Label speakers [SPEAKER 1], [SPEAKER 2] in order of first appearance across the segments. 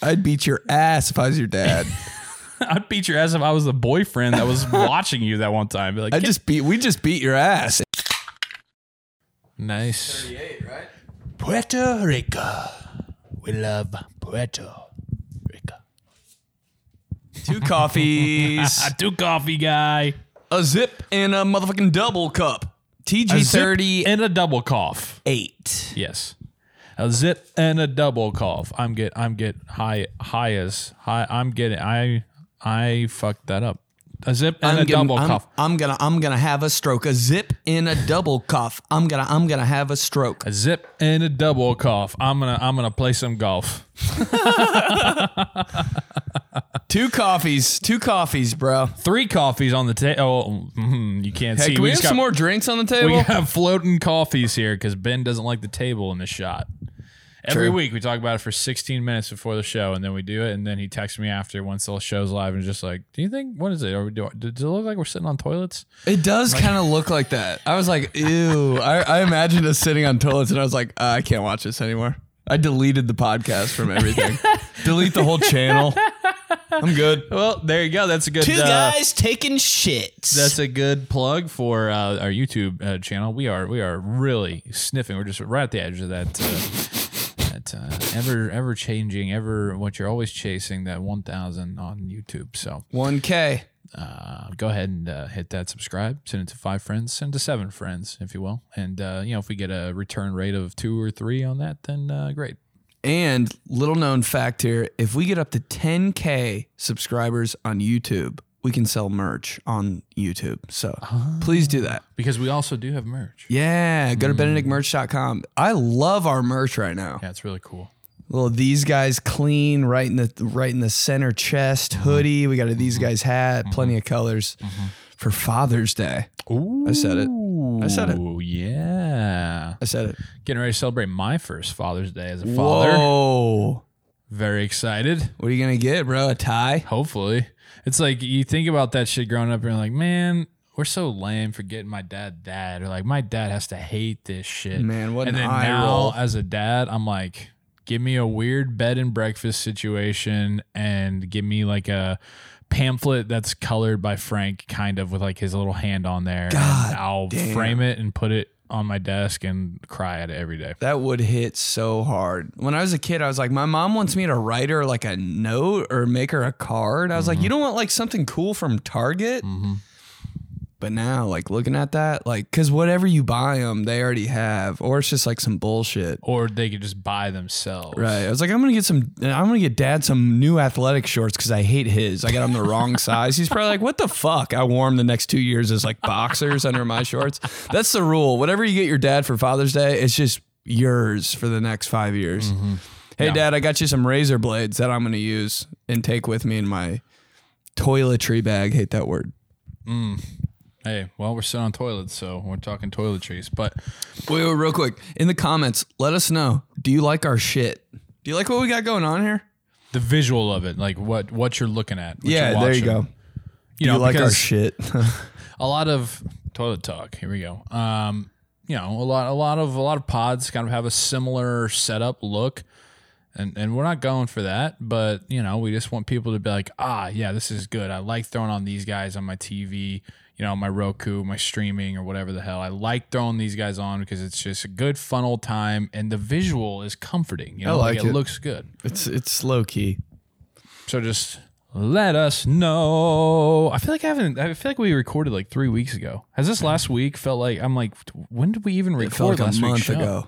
[SPEAKER 1] I'd beat your ass if I was your dad.
[SPEAKER 2] I'd beat your ass if I was the boyfriend that was watching you that one time. Be like,
[SPEAKER 1] I just beat. We just beat your ass.
[SPEAKER 3] Nice.
[SPEAKER 1] Puerto Rico. We love Puerto Rico. Two coffees,
[SPEAKER 2] I do coffee guy.
[SPEAKER 1] a zip, and a motherfucking double cup.
[SPEAKER 2] A
[SPEAKER 1] TG
[SPEAKER 2] zip
[SPEAKER 1] thirty
[SPEAKER 2] and a double cough.
[SPEAKER 1] eight.
[SPEAKER 2] Yes. A zip and a double cough. I'm get I'm get high high as high I'm getting I I fucked that up. A zip and a
[SPEAKER 1] getting-
[SPEAKER 2] double
[SPEAKER 1] I'm,
[SPEAKER 2] cough.
[SPEAKER 1] I'm gonna I'm gonna have a stroke. A zip in a double cuff. I'm gonna I'm gonna have a stroke.
[SPEAKER 2] A zip and a double cough. I'm gonna I'm gonna play some golf.
[SPEAKER 1] Two coffees. Two coffees, bro.
[SPEAKER 2] Three coffees on the table. Oh, mhm, you can't see.
[SPEAKER 3] Can we have
[SPEAKER 2] just
[SPEAKER 3] some
[SPEAKER 2] got-
[SPEAKER 3] more drinks on the
[SPEAKER 2] We
[SPEAKER 3] table?
[SPEAKER 2] have floating coffees here because Ben doesn't like the table in the shot. Every
[SPEAKER 1] True.
[SPEAKER 2] week we talk about it for 16 minutes before the show, and then we do it, and then he texts me after once the show's live, and just like, "Do you think what is it? Are we doing? Does it look like we're sitting on toilets?"
[SPEAKER 3] It does kind of look like that. I was like, ew. I, I imagined us sitting on toilets and I was like,
[SPEAKER 1] "Ah,
[SPEAKER 3] uh, I can't watch this anymore. I deleted the podcast from everything. Delete the whole channel. I'm good.
[SPEAKER 2] Well, there you go. That's a good.
[SPEAKER 1] Two
[SPEAKER 2] uh,
[SPEAKER 1] guys taking shits.
[SPEAKER 2] That's a good plug for uh, our YouTube uh, channel. We are we are really sniffing. We're just right at the edge of that uh, that uh, ever ever changing, ever what you're always chasing that 1,000 on YouTube. So
[SPEAKER 1] one K.
[SPEAKER 2] uh, go ahead and uh, hit that subscribe. Send it to five friends. Send it to seven friends, if you will. And uh, you know, if we get a return rate of two or three on that, then uh, great.
[SPEAKER 1] And little known fact here: if we get up to 10k subscribers on YouTube, we can sell merch on YouTube. So please do that.
[SPEAKER 2] Because we also do have merch.
[SPEAKER 1] Yeah, go to benedictmerch.com. I love our merch right now.
[SPEAKER 2] Yeah, it's really cool.
[SPEAKER 1] Little these guys clean right in the right in the center chest
[SPEAKER 2] Mm-hmm.
[SPEAKER 1] hoodie. We got a these guys hat, plenty of colors for Father's Day.
[SPEAKER 2] Ooh,
[SPEAKER 1] I said it. I said it.
[SPEAKER 2] Yeah.
[SPEAKER 1] I said it.
[SPEAKER 2] Getting ready to celebrate my first Father's Day as a father.
[SPEAKER 1] Whoa.
[SPEAKER 2] Very excited.
[SPEAKER 1] What are you gonna get, bro? A tie?
[SPEAKER 2] Hopefully. It's like you think about that shit growing up and you're like, man, we're so lame for getting my dad that. Or like, my dad has to hate this shit.
[SPEAKER 1] Man, what
[SPEAKER 2] and
[SPEAKER 1] an
[SPEAKER 2] then
[SPEAKER 1] eye
[SPEAKER 2] now,
[SPEAKER 1] roll.
[SPEAKER 2] as a dad, I'm like, give me a weird bed and breakfast situation and give me like a pamphlet that's colored by Frank, kind of with like his little hand on there. and
[SPEAKER 1] God
[SPEAKER 2] I'll
[SPEAKER 1] damn.
[SPEAKER 2] frame it and put it on my desk and cry at it every day.
[SPEAKER 1] That would hit so hard. When I was a kid, I was like, my mom wants me to write her like a note or make her a card. I was
[SPEAKER 2] Mm-hmm.
[SPEAKER 1] like, you don't want like something cool from Target?
[SPEAKER 2] Mm.
[SPEAKER 1] But now, like looking at that, like, cause whatever you buy them, they already have, or it's just like some bullshit.
[SPEAKER 2] Or they could just buy themselves.
[SPEAKER 1] Right. I was like, I'm gonna get some. I'm gonna get dad some new athletic shorts because I hate his. I got him the wrong size. He's probably like, what the fuck? I wore him the next two years as like boxers under my shorts. That's the rule. Whatever you get your dad for Father's Day, it's just yours for the next five years. Hey,
[SPEAKER 2] Yeah.
[SPEAKER 1] dad, I got you some razor blades that I'm gonna use and take with me in my toiletry bag. Hate that word.
[SPEAKER 2] Hey, well, we're sitting on toilets, so we're talking toiletries. But
[SPEAKER 1] Wait, wait, real quick. In the comments, let us know. Do you like our shit? Do you like what we got going on here?
[SPEAKER 2] the visual of it, like what what you're looking at, what
[SPEAKER 1] Yeah,
[SPEAKER 2] you're
[SPEAKER 1] there you
[SPEAKER 2] watching,
[SPEAKER 1] go. Do
[SPEAKER 2] You know,
[SPEAKER 1] you like our
[SPEAKER 2] because
[SPEAKER 1] shit?
[SPEAKER 2] a lot of toilet talk. Here we go. Um, you know, a lot, a lot of, a lot of pods kind of have a similar setup look, and and we're not going for that. But you know, we just want people to be like, ah, yeah, this is good. I like throwing on these guys on my TV. You know, my Roku, my streaming, or whatever the hell. I like throwing these guys on because it's just a good fun old time, and the visual is comforting. You know,
[SPEAKER 1] like
[SPEAKER 2] it
[SPEAKER 1] it.
[SPEAKER 2] looks good.
[SPEAKER 1] it's it's low key.
[SPEAKER 2] So just let us know. I feel like I haven't. I feel like we recorded like three weeks ago. Has this last week felt like I'm like, when did we even
[SPEAKER 1] It felt
[SPEAKER 2] record
[SPEAKER 1] like
[SPEAKER 2] last
[SPEAKER 1] a month
[SPEAKER 2] week's show?
[SPEAKER 1] ago.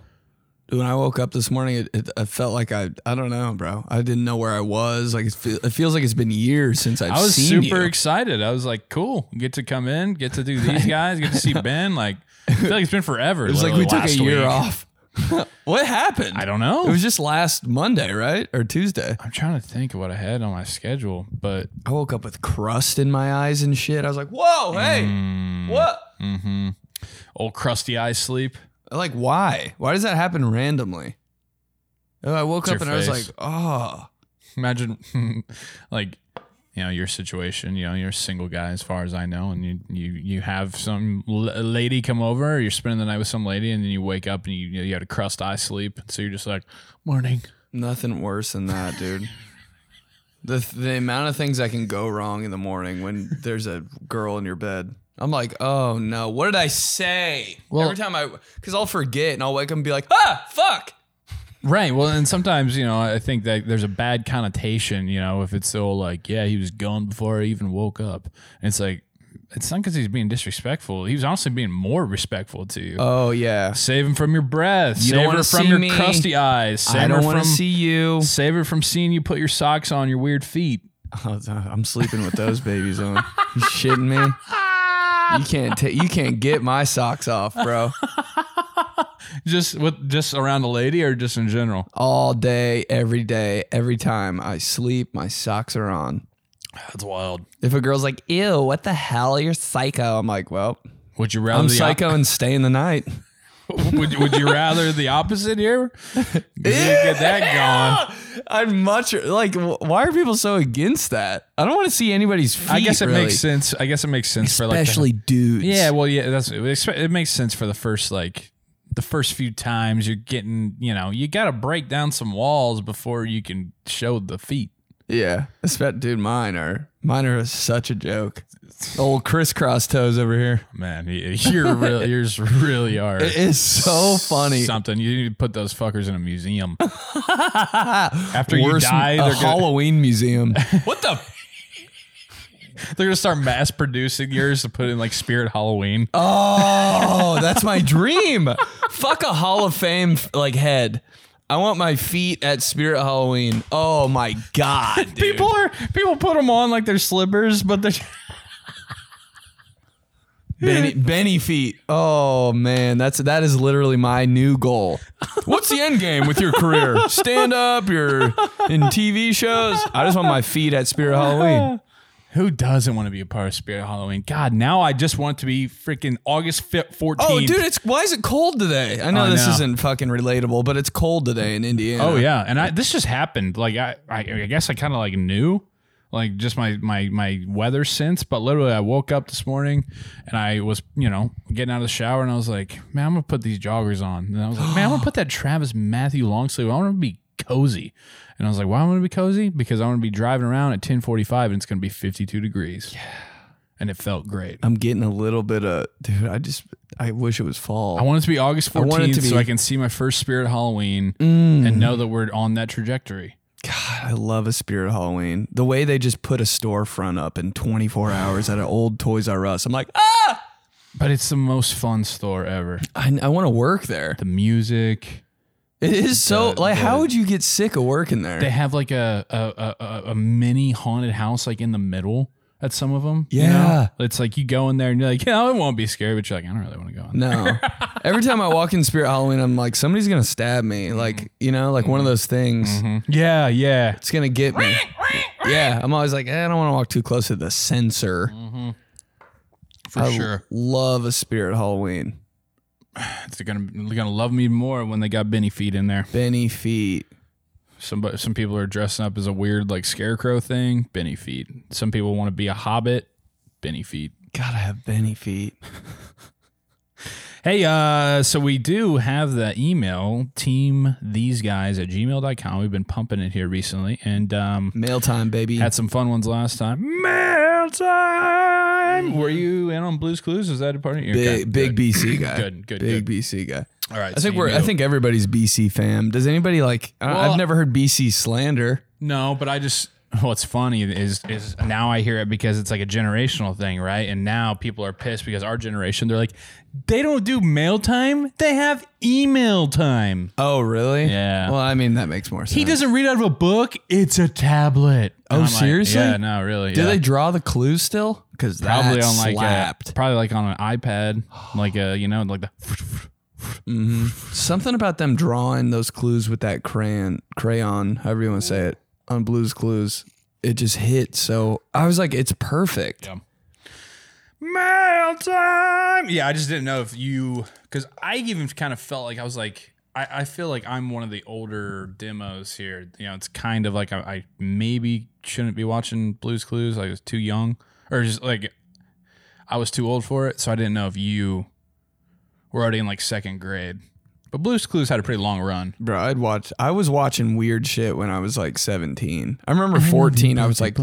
[SPEAKER 1] When I woke up this morning, it, it, I felt like I I don't know, bro. I didn't know where I was. Like it, feel, it feels like it's been years since I've
[SPEAKER 2] I was
[SPEAKER 1] seen
[SPEAKER 2] super
[SPEAKER 1] you.
[SPEAKER 2] excited. I was like, cool, get to come in, get to do these guys, get to see Ben. Like, I feel like it's been forever.
[SPEAKER 1] it was like we took a year off. what happened?
[SPEAKER 2] I don't know.
[SPEAKER 1] It was just last Monday, right or Tuesday.
[SPEAKER 2] I'm trying to think of what I had on my schedule, but
[SPEAKER 1] I woke up with crust in my eyes and shit. I was like, "Whoa, hey,
[SPEAKER 2] Mm.
[SPEAKER 1] what?"
[SPEAKER 2] mm-hmm. old crusty eye sleep.
[SPEAKER 1] Like, why? Why does that happen randomly? Oh, I woke
[SPEAKER 2] It's
[SPEAKER 1] up
[SPEAKER 2] your
[SPEAKER 1] and I was
[SPEAKER 2] face.
[SPEAKER 1] like, "Oh,
[SPEAKER 2] imagine like you know your situation you know you're a single guy as far as i know and you you you have some l- lady come over you're spending the night with some lady and then you wake up and you you had a crust eye sleep so you're just like morning
[SPEAKER 1] nothing worse than that, dude." The, the amount of things that can go wrong in the morning when there's a girl in your bed. I'm like, oh no, what did I say? Every time I, because I'll forget and I'll wake up and be like, ah, fuck.
[SPEAKER 2] Right. Well, and sometimes, you know, I think that there's a bad connotation, you know, if it's so like, yeah, he was gone before I even woke up. And it's like, it's not because he's being disrespectful. He was honestly being more respectful to you.
[SPEAKER 1] Oh yeah.
[SPEAKER 2] save him from your breath.
[SPEAKER 1] don't
[SPEAKER 2] save
[SPEAKER 1] wanna
[SPEAKER 2] her from
[SPEAKER 1] see
[SPEAKER 2] your
[SPEAKER 1] me.
[SPEAKER 2] crusty eyes. Save
[SPEAKER 1] I
[SPEAKER 2] her
[SPEAKER 1] don't want
[SPEAKER 2] from
[SPEAKER 1] to see you.
[SPEAKER 2] save her from seeing you put your socks on your weird feet.
[SPEAKER 1] I'm sleeping with those babies on. You shitting me? You can't ta- you can't get my socks off, bro.
[SPEAKER 2] Just with just around a lady or just in general.
[SPEAKER 1] All day, every day, every time I sleep, my socks are on.
[SPEAKER 2] That's wild.
[SPEAKER 1] If a girl's like, "Ew, what the hell? You're psycho." I'm like, "Well,
[SPEAKER 2] Would you rather
[SPEAKER 1] I'm
[SPEAKER 2] the
[SPEAKER 1] psycho and staying the night."
[SPEAKER 2] op- would, would you rather the opposite here? Get that gone.
[SPEAKER 1] I'd much like. wh- Why are people so against that? I don't want to see anybody's feet.
[SPEAKER 2] I guess it
[SPEAKER 1] really.
[SPEAKER 2] makes sense. I guess it makes sense for like the-
[SPEAKER 1] especially dudes.
[SPEAKER 2] Yeah, well, yeah, that's it makes sense for the first like the first few times you're getting, you know, you got to break down some walls before you can show the feet.
[SPEAKER 1] yeah. Espe- dude, mine are mine are such a joke. Old crisscross toes over here.
[SPEAKER 2] Man, y- you're really, yours really are.
[SPEAKER 1] It is so funny.
[SPEAKER 2] Something you need to put those fuckers in a museum. After you
[SPEAKER 1] Worse,
[SPEAKER 2] die,
[SPEAKER 1] a
[SPEAKER 2] they're gonna,
[SPEAKER 1] Halloween museum.
[SPEAKER 2] what the? they're gonna start mass producing yours to put in like Spirit Halloween.
[SPEAKER 1] Oh, that's my dream. Fuck a Hall of Fame like head. I want my feet at Spirit Halloween. Oh my god, dude.
[SPEAKER 2] people are people put them on like their slippers, but they're
[SPEAKER 1] Benny, Benny feet. Oh man, that's that is literally my new goal. What's the end game with your career? Stand up, you're in TV shows. I just want my feet at Spirit Halloween.
[SPEAKER 2] Who doesn't want to be a part of Spirit Halloween? God, now I just want it to be freaking August fi- 14th.
[SPEAKER 1] Oh, dude, it's why is it cold today? I know
[SPEAKER 2] I
[SPEAKER 1] this
[SPEAKER 2] know.
[SPEAKER 1] isn't fucking relatable, but it's cold today in Indiana.
[SPEAKER 2] Oh, yeah. And I this just happened. Like I I, I guess I kind of like knew like just my my my weather sense, but literally I woke up this morning and I was, you know, getting out of the shower and I was like, "Man, I'm going to put these joggers on." And I was like, "Man, I'm going to put that Travis Matthew long sleeve. I want to be cozy." And I was like, "Why I want to be cozy? Because I want to be driving around at 10:45 and it's going to be 52 degrees." Yeah. And it felt great.
[SPEAKER 1] I'm getting a little bit of dude. I just I wish it was fall.
[SPEAKER 2] I want it to be August
[SPEAKER 1] I want it
[SPEAKER 2] 14th
[SPEAKER 1] to
[SPEAKER 2] so
[SPEAKER 1] be- Mm.
[SPEAKER 2] I can see my first spirit Halloween and know that we're on that trajectory.
[SPEAKER 1] God, I love a Spirit Halloween. The way they just put a storefront up in 24 hours at an old Toys R Us. I'm like, ah,
[SPEAKER 2] But it's the most fun store ever.
[SPEAKER 1] I, I want to work there.
[SPEAKER 2] The music.
[SPEAKER 1] It is so
[SPEAKER 2] The-
[SPEAKER 1] like, how
[SPEAKER 2] the-
[SPEAKER 1] would you get sick of working there?
[SPEAKER 2] They have like a a, a, a- a mini haunted house like in the middle at some of them. you know?
[SPEAKER 1] Yeah.
[SPEAKER 2] It's like you go in there and you're like, yeah, it won't be scary, but you're like, I don't really want to go in there.
[SPEAKER 1] no. Every time I walk in Spirit Halloween, I'm like, somebody's gonna stab
[SPEAKER 2] Mm-hmm.
[SPEAKER 1] me. Like, you know, like one of those things.
[SPEAKER 2] Mhm. Yeah, yeah.
[SPEAKER 1] It's gonna get me. yeah, I'm always like, eh, I don't want to walk too close to the sensor.
[SPEAKER 2] Mm-hmm. For
[SPEAKER 1] I
[SPEAKER 2] sure.
[SPEAKER 1] love a Spirit Halloween.
[SPEAKER 2] They're gonna they're gonna love me more when they got Benny feet in there.
[SPEAKER 1] Benny feet.
[SPEAKER 2] Some some people are dressing up as a weird like scarecrow thing, Benny feet. Some people want to be a hobbit, Benny feet.
[SPEAKER 1] Gotta have Benny feet.
[SPEAKER 2] Hey, uh, so we do have the email team these guys at gmail.com. We've been pumping it here recently and um,
[SPEAKER 1] Mail time, baby.
[SPEAKER 2] had some fun ones last time. Mail time. Were you in on Blues Clues? Is that a part of your
[SPEAKER 1] big big
[SPEAKER 2] good.
[SPEAKER 1] BC guy.
[SPEAKER 2] Good, good,
[SPEAKER 1] Big
[SPEAKER 2] good.
[SPEAKER 1] BC guy.
[SPEAKER 2] All right.
[SPEAKER 1] I
[SPEAKER 2] so
[SPEAKER 1] think
[SPEAKER 2] you
[SPEAKER 1] we're. I
[SPEAKER 2] knew.
[SPEAKER 1] think everybody's BC fam. Does anybody like? I
[SPEAKER 2] Well-
[SPEAKER 1] I've never heard BC slander.
[SPEAKER 2] No, but I just what's funny is is now I hear it because it's like a generational thing, right? And now people are pissed because our generation they're like they don't do mail time, they have email time.
[SPEAKER 1] Oh, really?
[SPEAKER 2] Yeah.
[SPEAKER 1] Well, I mean that makes more sense.
[SPEAKER 2] He doesn't read out of a book, it's a tablet. And
[SPEAKER 1] Oh,
[SPEAKER 2] I'm like,
[SPEAKER 1] seriously?
[SPEAKER 2] yeah, no, really.
[SPEAKER 1] Do
[SPEAKER 2] yeah.
[SPEAKER 1] they draw the clues still? Because
[SPEAKER 2] probably
[SPEAKER 1] that
[SPEAKER 2] on like
[SPEAKER 1] slapped.
[SPEAKER 2] a, probably like on an iPad, like a you know like the
[SPEAKER 1] Something about them drawing those clues with that crayon, crayon, however you want to say it, on Blue's Clues. It just hit. So I was like, it's perfect.
[SPEAKER 2] Yeah. mail time. Yeah, I just didn't know if you because I even kind of felt like I was like I, I feel like I'm one of the older demos here. You know, it's kind of like I, I maybe shouldn't be watching Blues Clues. I was too young, or just like I was too old for it. So I didn't know if you were already in like second grade. But Blue's Clues had a pretty long run.
[SPEAKER 1] Bro, I'd watch. I was watching weird shit when I was like 17. I remember 14. I was like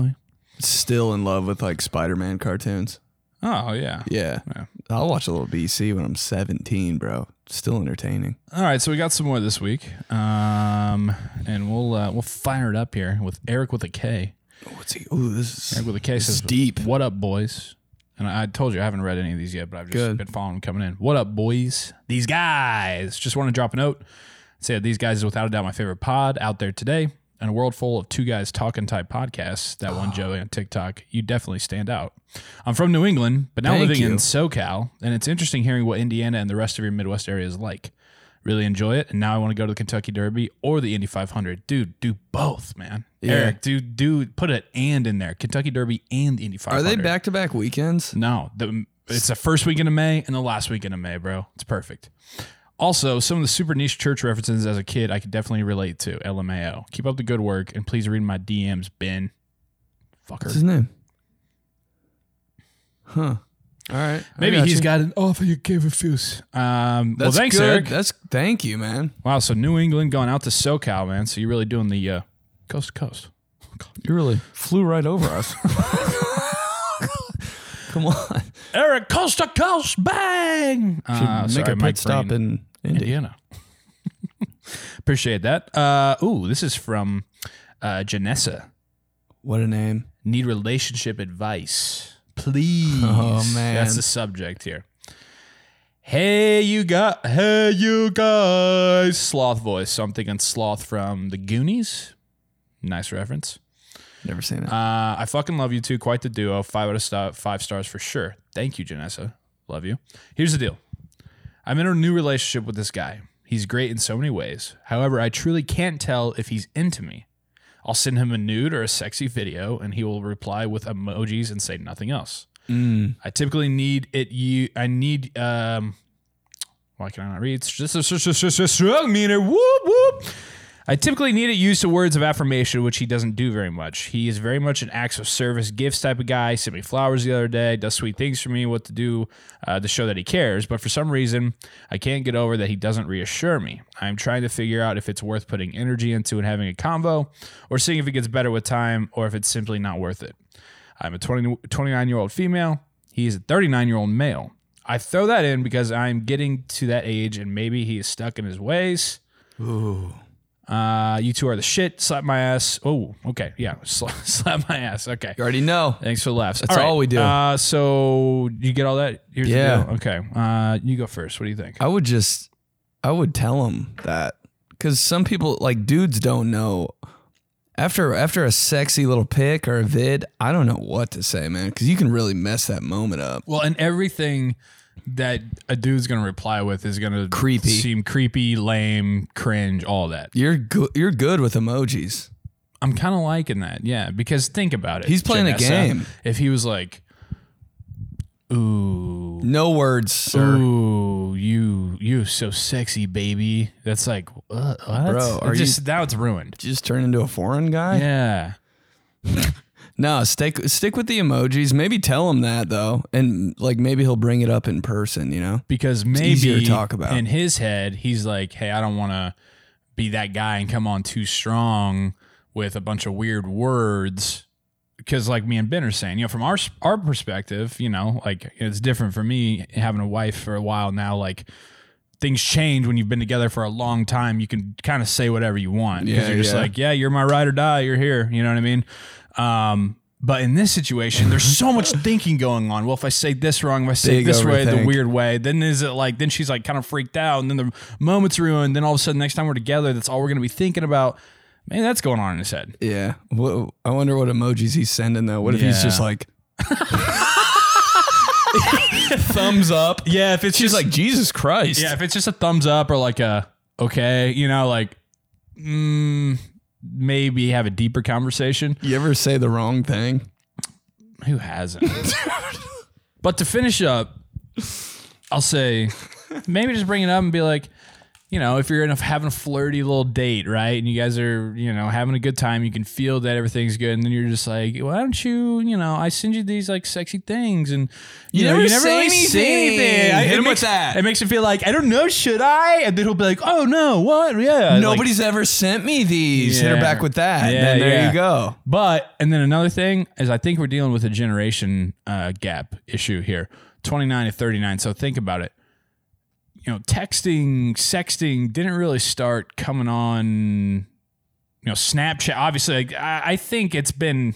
[SPEAKER 1] still in love with like Spider-Man cartoons.
[SPEAKER 2] Oh yeah.
[SPEAKER 1] Yeah.
[SPEAKER 2] Yeah.
[SPEAKER 1] I'll watch a little BC when I'm 17, bro. Still entertaining.
[SPEAKER 2] All right, so we got some more this week, um, and we'll uh, we'll fire it up here with Eric with a K.
[SPEAKER 1] What's he? Ooh, this is
[SPEAKER 2] Eric with a K says,
[SPEAKER 1] deep.
[SPEAKER 2] What up, boys? And I, I told you I haven't read any of these yet, but I've just
[SPEAKER 1] Good.
[SPEAKER 2] been following them coming in. What up, boys? These guys. Just want to drop a note. Say that these guys is without a doubt my favorite pod out there today. In a world full of two guys talking type podcasts, that
[SPEAKER 1] Ah.
[SPEAKER 2] one Joey on TikTok, you definitely stand out. I'm from New England, but now
[SPEAKER 1] Thank
[SPEAKER 2] living
[SPEAKER 1] you.
[SPEAKER 2] in SoCal, and it's interesting hearing what Indiana and the rest of your Midwest area is like. Really enjoy it, and now I want to go to the Kentucky Derby or the Indy 500. Dude, do both, man. Eric, do do put an and in there. Kentucky Derby and Indy 500.
[SPEAKER 1] Are they back-to-back weekends?
[SPEAKER 2] No, the, it's the first weekend of May and the last weekend of May, bro. It's perfect. Also, some of the super niche church references as a kid I could definitely relate to. LMAO. Keep up the good work and please read my DMs, Ben.
[SPEAKER 1] What's
[SPEAKER 2] Fucker.
[SPEAKER 1] his name? Huh. All right. I
[SPEAKER 2] Maybe
[SPEAKER 1] got
[SPEAKER 2] he's
[SPEAKER 1] you.
[SPEAKER 2] got an offer you gave refuse. Um, well,
[SPEAKER 1] That's
[SPEAKER 2] thanks,
[SPEAKER 1] good.
[SPEAKER 2] Eric.
[SPEAKER 1] That's thank you, man.
[SPEAKER 2] Wow, so New England going out to SoCal, man. So you're really doing the uh, coast to coast.
[SPEAKER 1] You really flew right over us. Come on.
[SPEAKER 2] Eric, coast to coast, bang! Uh,
[SPEAKER 1] Should
[SPEAKER 2] sorry,
[SPEAKER 1] make a
[SPEAKER 2] my
[SPEAKER 1] pit stop
[SPEAKER 2] brain-
[SPEAKER 1] in India.
[SPEAKER 2] Indiana. Appreciate that. Uh, ooh, this is from uh, Janessa.
[SPEAKER 1] What a name.
[SPEAKER 2] Need relationship advice, please.
[SPEAKER 1] Oh, man.
[SPEAKER 2] that's the subject here. Hey, you got. Hey, you guys. Sloth voice. So I'm thinking sloth from the Goonies. Nice reference.
[SPEAKER 1] Never seen it.
[SPEAKER 2] Uh, I fucking love you two. Quite the duo. Five out of sta- five stars for sure. Thank you, Janessa. Love you. Here's the deal. I'm in a new relationship with this guy. He's great in so many ways. However, I truly can't tell if he's into me. I'll send him a nude or a sexy video, and he will reply with emojis and say nothing else.
[SPEAKER 1] Mm.
[SPEAKER 2] I typically need it. You, I need. Um, why can I not read? It's just a s- s- s- s- strong meaner. Whoop whoop. I typically need it used to words of affirmation, which he doesn't do very much. He is very much an acts of service, gifts type of guy. Sent me flowers the other day, does sweet things for me, what to do uh, to show that he cares. But for some reason, I can't get over that he doesn't reassure me. I'm trying to figure out if it's worth putting energy into and having a convo, or seeing if it gets better with time, or if it's simply not worth it. I'm a 20, 29 year old female. He is a 39 year old male. I throw that in because I'm getting to that age and maybe he is stuck in his ways. Ooh. Uh, you two are the shit. Slap my ass. Oh, okay. Yeah. Sla- slap my ass. Okay.
[SPEAKER 1] you already know.
[SPEAKER 2] Thanks for the laughs.
[SPEAKER 1] That's all we do.
[SPEAKER 2] Uh, so you get all that? Here's
[SPEAKER 1] Yeah.
[SPEAKER 2] the deal. Okay. Uh, you go first. What do you think?
[SPEAKER 1] I would just, I would tell him that because some people like dudes don't know. After after a sexy little pic or a vid, I don't know what to say, man, because you can really mess that moment up.
[SPEAKER 2] Well, and everything that a dude's gonna reply with is gonna
[SPEAKER 1] Creepy.
[SPEAKER 2] seem creepy, lame, cringe, all that.
[SPEAKER 1] You're good. You're good with emojis.
[SPEAKER 2] I'm kind of liking that. Yeah, because think about it.
[SPEAKER 1] He's playing a game.
[SPEAKER 2] If he was like, "Ooh,
[SPEAKER 1] No words, sir.
[SPEAKER 2] ooh, you, you so sexy, baby," that's like, uh, what?
[SPEAKER 1] Bro, are
[SPEAKER 2] It just now it's ruined.
[SPEAKER 1] Just turn into a foreign guy.
[SPEAKER 2] Yeah,
[SPEAKER 1] No, stick stick with the emojis. Maybe tell him that though, and like maybe he'll bring it up in person. You know,
[SPEAKER 2] because maybe
[SPEAKER 1] easier to talk about.
[SPEAKER 2] in his head, he's like, "Hey, I don't want to be that guy and come on too strong with a bunch of weird words." Because, like me and Ben are saying, you know, from our our perspective, you know, like it's different for me having a wife for a while now. Like things change when you've been together for a long time. You can kind of say whatever you want because
[SPEAKER 1] Yeah,
[SPEAKER 2] you're just
[SPEAKER 1] yeah.
[SPEAKER 2] like, "Yeah, you're my ride or die. You're here." You know what I mean? Um, but in this situation, there's so much thinking going on. Well, if I say this wrong, if I say
[SPEAKER 1] Big
[SPEAKER 2] this way, the
[SPEAKER 1] overthink.
[SPEAKER 2] weird weird way. Then is it like then she's like kind of freaked out, and then the moment's ruined. Then all of a sudden, next time we're together, that's all we're gonna be thinking about. Man, that's going on in his head.
[SPEAKER 1] yeah. Wha- I wonder what emojis he's sending though. What if he's just
[SPEAKER 2] Yeah.
[SPEAKER 1] like thumbs up?
[SPEAKER 2] Yeah, if it's
[SPEAKER 1] She's like Jesus Christ.
[SPEAKER 2] yeah, if it's just a thumbs up or like a okay, you know, like mm, maybe have a deeper conversation.
[SPEAKER 1] You ever say the wrong thing?
[SPEAKER 2] Who hasn't? but to finish up, I'll say maybe just bring it up and be like, you know, if you're in a, having a flirty little date, right, and you guys are, you know, having a good time, you can feel that everything's good, and then you're just like, why don't you, you know, I send you these like sexy things, and you, know,
[SPEAKER 1] never
[SPEAKER 2] you never
[SPEAKER 1] say
[SPEAKER 2] really say
[SPEAKER 1] anything.
[SPEAKER 2] anything. I-
[SPEAKER 1] Hit
[SPEAKER 2] it
[SPEAKER 1] him with
[SPEAKER 2] makes,
[SPEAKER 1] that.
[SPEAKER 2] It makes him feel like I don't know, should I? And then he'll be like, oh no, what? Yeah, like-
[SPEAKER 1] Nobody's ever sent me these. Hit
[SPEAKER 2] Yeah.
[SPEAKER 1] her back with that.
[SPEAKER 2] Yeah,
[SPEAKER 1] then there
[SPEAKER 2] yeah.
[SPEAKER 1] you go.
[SPEAKER 2] But and then another thing is I think we're dealing with a generation uh, gap issue here. 29 to 39. So think about it. You know, texting, sexting didn't really start coming on you know, Snapchat obviously like, I, I think it's been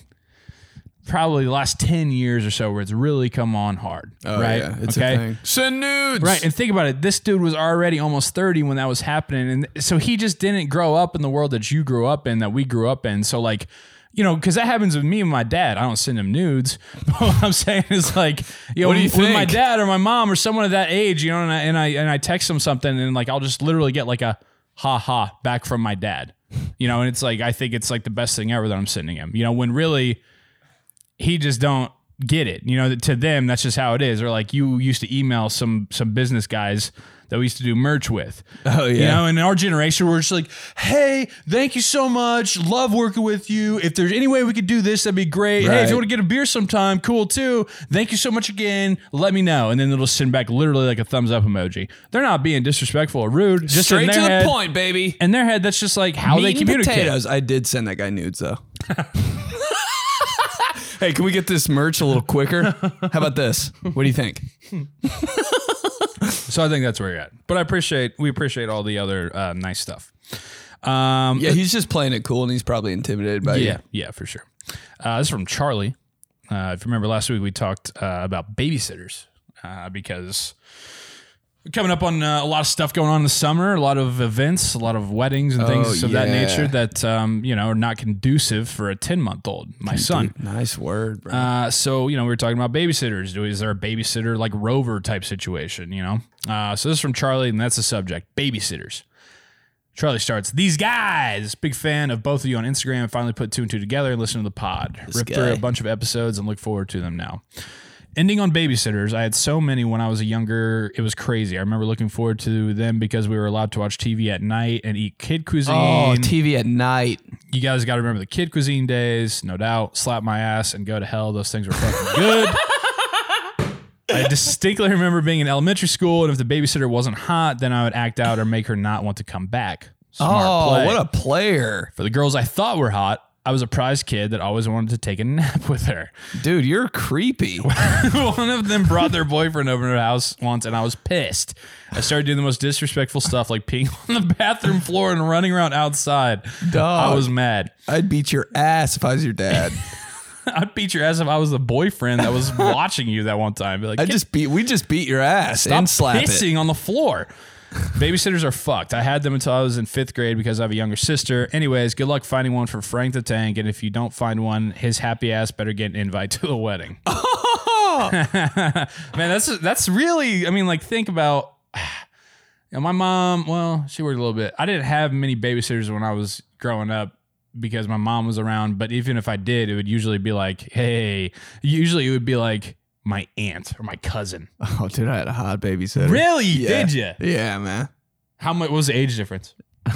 [SPEAKER 2] probably the last 10 years or so where it's really come on hard, right?
[SPEAKER 1] Oh, It's a thing.
[SPEAKER 3] Send nudes.
[SPEAKER 2] Right. And think about it. This dude was already almost 30 when that was happening. And so he just didn't grow up in the world that you grew up in, that we grew up in. So, like, you know, because that happens with me and my dad. I don't send him nudes. But what I'm saying is, like, you know,
[SPEAKER 3] What do you
[SPEAKER 2] with my
[SPEAKER 3] think?
[SPEAKER 2] dad or my mom or someone at that age, you know, and I, and I and I text them something, and like, I'll just literally get like a ha ha back from my dad, you know, and it's like I think it's like the best thing ever that I'm sending him, you know, when really he just don't get it. You know, that to them that's just how it is. Or like you used to email some some business guys that we used to do merch with.
[SPEAKER 1] Oh, yeah.
[SPEAKER 2] You know, in our generation, we're just like, hey, thank you so much. Love working with you. If there's any way we could do this, that'd be great. Hey, if
[SPEAKER 1] Right.
[SPEAKER 2] you want to get a beer sometime, cool too. Thank you so much again. Let me know. And then it'll send back literally like a thumbs up emoji. They're not being disrespectful or rude. Just in
[SPEAKER 3] Straight to
[SPEAKER 2] their
[SPEAKER 3] the
[SPEAKER 2] head-
[SPEAKER 3] point, baby.
[SPEAKER 2] In their head, that's just like how
[SPEAKER 1] Meat
[SPEAKER 2] they
[SPEAKER 1] and
[SPEAKER 2] communicate.
[SPEAKER 1] Potatoes. I did send that guy nudes though. hey, can we get this merch a little quicker? How about this? What do you think?
[SPEAKER 2] So I think that's where you're at. But I appreciate we appreciate all the other uh, nice stuff. Um,
[SPEAKER 1] Yeah, he's just playing it cool, and he's probably intimidated by
[SPEAKER 2] Yeah, yeah, for sure. Uh, this is from Charlie. Uh, if you remember last week, we talked uh, about babysitters uh, because we're coming up on uh, a lot of stuff going on in the summer, a lot of events, a lot of weddings and things
[SPEAKER 1] Oh,
[SPEAKER 2] of that
[SPEAKER 1] yeah.
[SPEAKER 2] nature that um, you know are not conducive for a ten month old, my son.
[SPEAKER 1] you. Nice word, bro.
[SPEAKER 2] Uh, so you know we were talking about babysitters. Do is there a babysitter like Rover type situation? You know. Uh, so this is from Charlie, and that's the subject: babysitters. Charlie starts. These guys, big fan of both of you on Instagram. Finally put two and two together and listen to the pod. Rip through
[SPEAKER 1] guy.
[SPEAKER 2] a bunch of episodes and look forward to them now. Ending on babysitters, I had so many when I was a younger. It was crazy. I remember looking forward to them because we were allowed to watch TV at night and eat kid cuisine
[SPEAKER 1] oh, TV at night.
[SPEAKER 2] you guys got to remember the kid cuisine days, no doubt. Slap my ass and go to hell. Those things were fucking good. I distinctly remember being in elementary school, and if the babysitter wasn't hot, then I would act out or make her not want to come back. Smart
[SPEAKER 1] oh,
[SPEAKER 2] play.
[SPEAKER 1] what a player,
[SPEAKER 2] For the girls I thought were hot, I was a prize kid that always wanted to take a nap with her.
[SPEAKER 1] dude! You're creepy.
[SPEAKER 2] One of them brought their boyfriend over to her house once, and I was pissed. I started doing the most disrespectful stuff, like peeing on the bathroom floor and running around outside.
[SPEAKER 1] Dog.
[SPEAKER 2] I was mad.
[SPEAKER 1] I'd beat your ass if I was your dad.
[SPEAKER 2] I'd beat your ass if I was the boyfriend that was watching you that one time. Be like,
[SPEAKER 1] I
[SPEAKER 2] "Get
[SPEAKER 1] just beat. We just beat your ass
[SPEAKER 2] stop
[SPEAKER 1] and slap it.
[SPEAKER 2] pissing on the floor. Babysitters are fucked. I had them until I was in fifth grade because I have a younger sister. Anyways, good luck finding one for Frank the Tank. And if you don't find one, his happy ass better get an invite to the wedding. Man, that's that's really. I mean, like, think about. you know, my mom, well, she worked a little bit. I didn't have many babysitters when I was growing up because my mom was around. But even if I did, it would usually be like, hey, usually it would be like my aunt or my cousin.
[SPEAKER 1] Oh, dude, I had a hot babysitter.
[SPEAKER 2] Really?
[SPEAKER 1] Yeah.
[SPEAKER 2] Did you?
[SPEAKER 1] Yeah, man.
[SPEAKER 2] How much what was the age difference?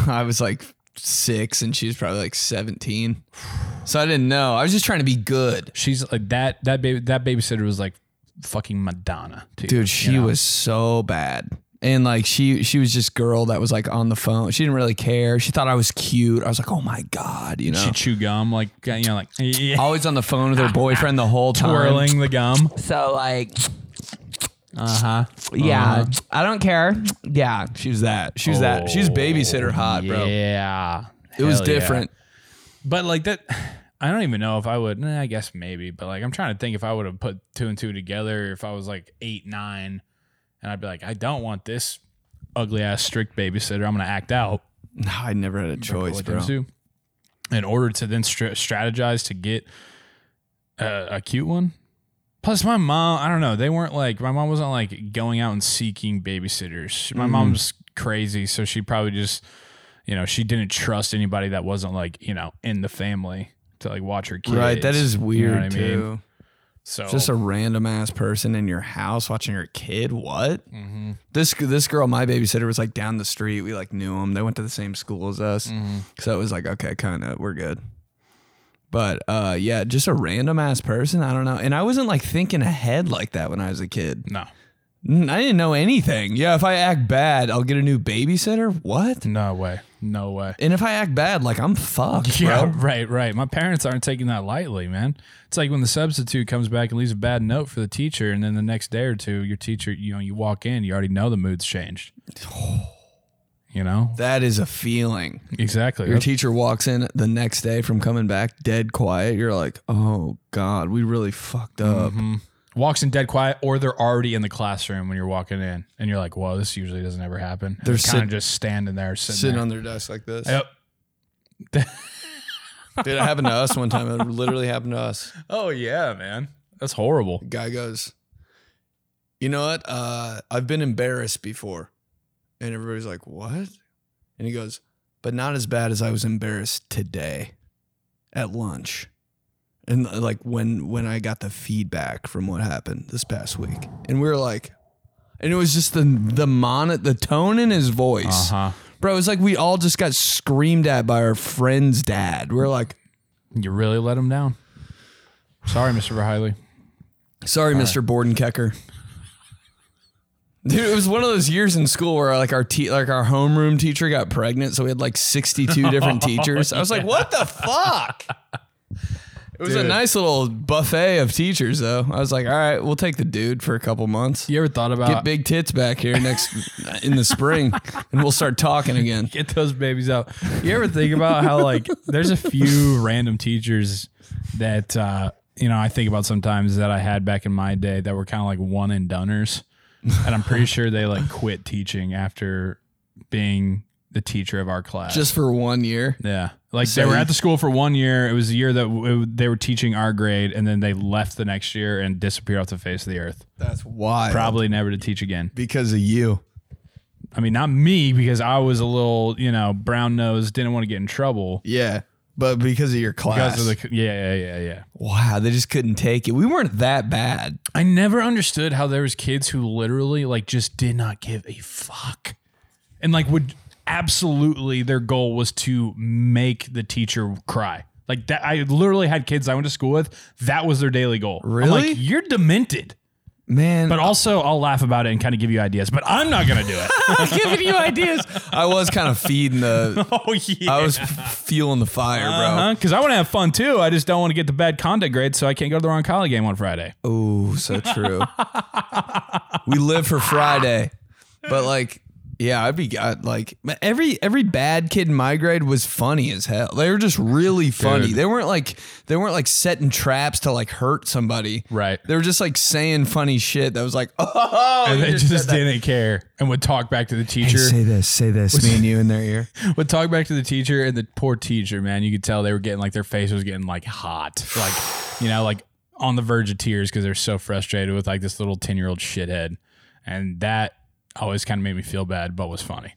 [SPEAKER 1] I was like six and she was probably like 17. So I didn't know. I was just trying to be good.
[SPEAKER 2] She's like that. That baby. That babysitter was like fucking Madonna, dude.
[SPEAKER 1] Dude, she
[SPEAKER 2] You know?
[SPEAKER 1] was so bad. And like she she was just girl that was like on the phone. She didn't really care. She thought I was cute. I was like, oh my God, you know.
[SPEAKER 2] She chew gum like you know like yeah,
[SPEAKER 1] Always on the phone with her boyfriend the whole time.
[SPEAKER 2] twirling the gum.
[SPEAKER 1] So like
[SPEAKER 2] Uh huh.
[SPEAKER 1] yeah. Uh-huh. I don't care. Yeah. She was that. She was that. She was babysitter hot, bro.
[SPEAKER 2] Oh, Yeah.
[SPEAKER 1] It was
[SPEAKER 2] Hell yeah.
[SPEAKER 1] different.
[SPEAKER 2] But like that, I don't even know if I would. Nah, I guess maybe. But like, I'm trying to think if I would have put two and two together if I was like eight, nine, and I'd be like, I don't want this ugly ass strict babysitter. I'm gonna act out.
[SPEAKER 1] No, I never had a choice,
[SPEAKER 2] what
[SPEAKER 1] bro.
[SPEAKER 2] comes to, in order to then stra- strategize to get a, a cute one. Plus, my mom, I don't know, they weren't like, my mom wasn't like going out and seeking babysitters.
[SPEAKER 1] Mm-hmm.
[SPEAKER 2] My mom's crazy, so she probably just, you know, she didn't trust anybody that wasn't like, you know, in the family to like watch her kids.
[SPEAKER 1] Right. That is
[SPEAKER 2] You know
[SPEAKER 1] weird
[SPEAKER 2] what I mean? Oh.
[SPEAKER 1] too.
[SPEAKER 2] So
[SPEAKER 1] Just a random ass person in your house watching your kid. What?
[SPEAKER 2] mm-hmm.
[SPEAKER 1] This this girl, my babysitter, was like down the street. We like knew them. They went to the same school as us,
[SPEAKER 2] Mm-hmm.
[SPEAKER 1] so it was like okay, kind of, we're good. But uh, yeah, just a random ass person. I don't know. And I wasn't like thinking ahead like that when I was a kid.
[SPEAKER 2] no,
[SPEAKER 1] Mm, I didn't know anything. Yeah, if I act bad, I'll get a new babysitter. What?
[SPEAKER 2] no way, no way.
[SPEAKER 1] And if I act bad, like I'm fucked,
[SPEAKER 2] Yeah,
[SPEAKER 1] bro.
[SPEAKER 2] right, right. My parents aren't taking that lightly, man. It's like when the substitute comes back and leaves a bad note for the teacher, and then the next day or two, your teacher, you know, you walk in, you already know the mood's changed. You know,
[SPEAKER 1] That is a feeling.
[SPEAKER 2] exactly.
[SPEAKER 1] Your
[SPEAKER 2] That's-
[SPEAKER 1] teacher walks in the next day from coming back dead quiet. You're like, oh God, we really fucked
[SPEAKER 2] Mm-hmm.
[SPEAKER 1] up.
[SPEAKER 2] walks in dead quiet, or they're already in the classroom when you're walking in, and you're like, "Whoa, this usually doesn't ever happen."
[SPEAKER 1] They're
[SPEAKER 2] They're kind
[SPEAKER 1] sit-
[SPEAKER 2] of just standing there, sitting,
[SPEAKER 1] Sitting
[SPEAKER 2] there.
[SPEAKER 1] on their desk like this.
[SPEAKER 2] Yep.
[SPEAKER 1] Dude, it happened to us one time. It literally happened to us.
[SPEAKER 2] Oh yeah, man, that's horrible.
[SPEAKER 1] Guy goes, you know what? Uh, I've been embarrassed before. And everybody's like, what? And he goes, but not as bad as I was embarrassed today at lunch. And uh, like when when I got the feedback from what happened this past week. And we were like, and it was just the the mon the tone in his voice.
[SPEAKER 2] Uh huh.
[SPEAKER 1] Bro, it's like we all just got screamed at by our friend's dad. We're like,
[SPEAKER 2] You really let him down. Sorry, Mr. Verhiley.
[SPEAKER 1] Sorry, Mr. Borden Kecker. Dude, it was one of those years in school where like our te- like our homeroom teacher got pregnant, so we had like 62 different teachers. I was like, what the fuck? It was a
[SPEAKER 2] Dude.
[SPEAKER 1] nice little buffet of teachers though. I was like, all right, we'll take the dude for a couple months.
[SPEAKER 2] You ever thought about
[SPEAKER 1] Get big tits back here next in the spring and we'll start talking again.
[SPEAKER 2] get those babies out. You ever think about how like there's a few random teachers that uh, you know I think about sometimes that I had back in my day that were kind of like one and doneers, and I'm pretty sure they like quit teaching after being the teacher of our class.
[SPEAKER 1] Just for one year.
[SPEAKER 2] yeah, like
[SPEAKER 1] So
[SPEAKER 2] they were
[SPEAKER 1] you-
[SPEAKER 2] at the school for one year. It was the year that w- they were teaching our grade, and then they left the next year and disappeared off the face of the earth.
[SPEAKER 1] That's why.
[SPEAKER 2] Probably never to teach again.
[SPEAKER 1] because of you.
[SPEAKER 2] I mean, not me because I was a little, you know, brown nosed, didn't want to get in trouble.
[SPEAKER 1] Yeah. But because of your class.
[SPEAKER 2] Because of the yeah, yeah, yeah, yeah.
[SPEAKER 1] Wow, they just couldn't take it. We weren't that bad.
[SPEAKER 2] I never understood how there was kids who literally like just did not give a fuck, and like would absolutely their goal was to make the teacher cry. Like that, I literally had kids I went to school with. That was their daily goal. I'm
[SPEAKER 1] Really?
[SPEAKER 2] like, you're demented.
[SPEAKER 1] Man,
[SPEAKER 2] But also, I'll laugh about it and kind of give you ideas. But I'm not gonna do it.
[SPEAKER 1] I'm giving you ideas. I was kind of feeding the
[SPEAKER 2] oh yeah.
[SPEAKER 1] I was f- fueling the fire,
[SPEAKER 2] uh-huh. Because I want to have fun too. I just don't want to get the bad conduct grade, so I can't go to the Ron Colley game on Friday.
[SPEAKER 1] bro. Oh, so true. we live for Friday. But like yeah, I'd be I'd like every every bad kid in my grade was funny as hell. They were just really funny.
[SPEAKER 2] Dude.
[SPEAKER 1] They weren't like they weren't like setting traps to like hurt somebody.
[SPEAKER 2] Right.
[SPEAKER 1] They were just like saying funny shit that was like, oh,
[SPEAKER 2] and
[SPEAKER 1] you
[SPEAKER 2] they
[SPEAKER 1] just said
[SPEAKER 2] just
[SPEAKER 1] that.
[SPEAKER 2] didn't care and would talk back to the
[SPEAKER 1] Hey,
[SPEAKER 2] teacher.
[SPEAKER 1] say this, say this, me and you in their ear.
[SPEAKER 2] would talk back to the teacher and the poor teacher, man, you could tell they were getting like their face was getting like hot, like you know, like on the verge of tears because they're so frustrated with like this little ten year old shithead, and that always kind of made me feel bad, but was funny.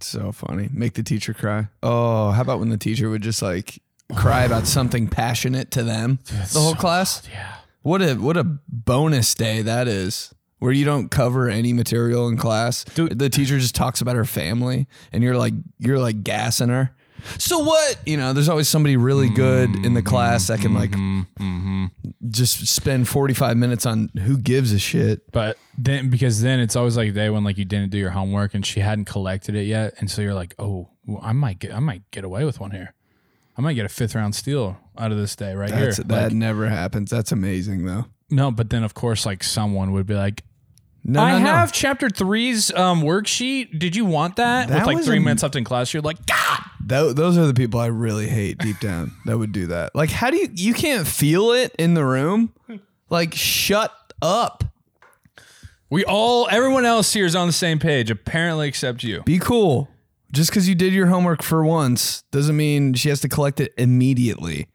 [SPEAKER 1] So funny. Make the teacher cry. Oh, how about when the teacher would just like cry about something passionate to them? the whole class?
[SPEAKER 2] Yeah,
[SPEAKER 1] What a what a bonus day that is. Where you don't cover any material in class.
[SPEAKER 2] Dude.
[SPEAKER 1] The teacher just talks about her family and you're like you're like gassing her. So what? You know, there's always somebody really good in the class that
[SPEAKER 2] Mm-hmm,
[SPEAKER 1] can like just spend 45 minutes on who gives a shit.
[SPEAKER 2] but then because then it's always like a day when like you didn't do your homework and she hadn't collected it yet, and so you're like, oh, well, I might get I might get away with one here, I might get a fifth round steal out of this day right
[SPEAKER 1] That's,
[SPEAKER 2] here.
[SPEAKER 1] that
[SPEAKER 2] Like,
[SPEAKER 1] never happens. That's amazing though.
[SPEAKER 2] no, but then of course like someone would be like,
[SPEAKER 1] No,
[SPEAKER 2] I
[SPEAKER 1] no, no.
[SPEAKER 2] have chapter three's um, worksheet. Did you want that?
[SPEAKER 1] That
[SPEAKER 2] With like
[SPEAKER 1] was
[SPEAKER 2] three
[SPEAKER 1] a-
[SPEAKER 2] minutes left in class, you're like, God.
[SPEAKER 1] Tho- those are the people I really hate deep down that would do that. Like, how do you, you can't feel it in the room? Like, shut up.
[SPEAKER 2] We all, everyone else here is on the same page, apparently, except you.
[SPEAKER 1] Be cool. Just because you did your homework for once doesn't mean she has to collect it immediately.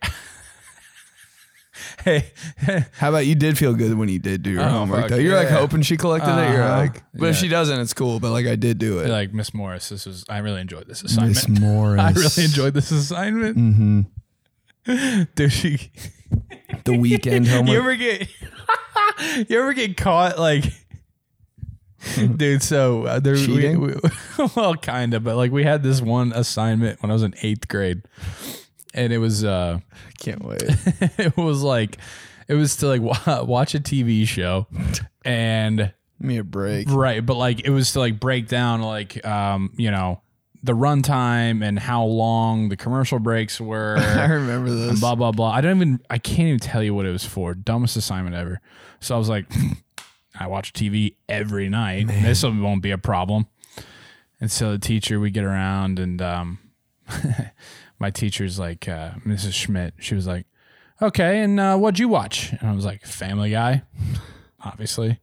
[SPEAKER 2] Hey,
[SPEAKER 1] How about you did feel good when you did do your homework,
[SPEAKER 2] Oh, fuck,
[SPEAKER 1] though? You're like
[SPEAKER 2] yeah.
[SPEAKER 1] hoping she collected it. You're
[SPEAKER 2] Uh-huh.
[SPEAKER 1] like, but if she doesn't, it's cool. But like, I did do it.
[SPEAKER 2] like Miss Morris, this is, I really enjoyed this
[SPEAKER 1] Miss
[SPEAKER 2] assignment.
[SPEAKER 1] Morris. Mm-hmm.
[SPEAKER 2] I really enjoyed this assignment. Dude, she,
[SPEAKER 1] the weekend
[SPEAKER 2] you
[SPEAKER 1] homework.
[SPEAKER 2] ever get, you ever get caught like dude so uh, there we,
[SPEAKER 1] Mm-hmm. Cheating?
[SPEAKER 2] we well kind of but like we had this one assignment when i was in eighth grade and it was uh
[SPEAKER 1] Can't wait.
[SPEAKER 2] it was like it was to like wa- watch a tv show and
[SPEAKER 1] Give me a break.
[SPEAKER 2] right but like it was to like break down like um you know the runtime and how long the commercial breaks were
[SPEAKER 1] I remember this.
[SPEAKER 2] blah blah blah. I don't even I can't even tell you what it was for. Dumbest assignment ever. So I was like, I watch TV every night. This won't be a problem. And so the teacher, we get around, and um, my teacher's like uh, Mrs. Schmidt. She was like, "Okay, and uh, what'd you watch?" And I was like, "Family Guy, obviously."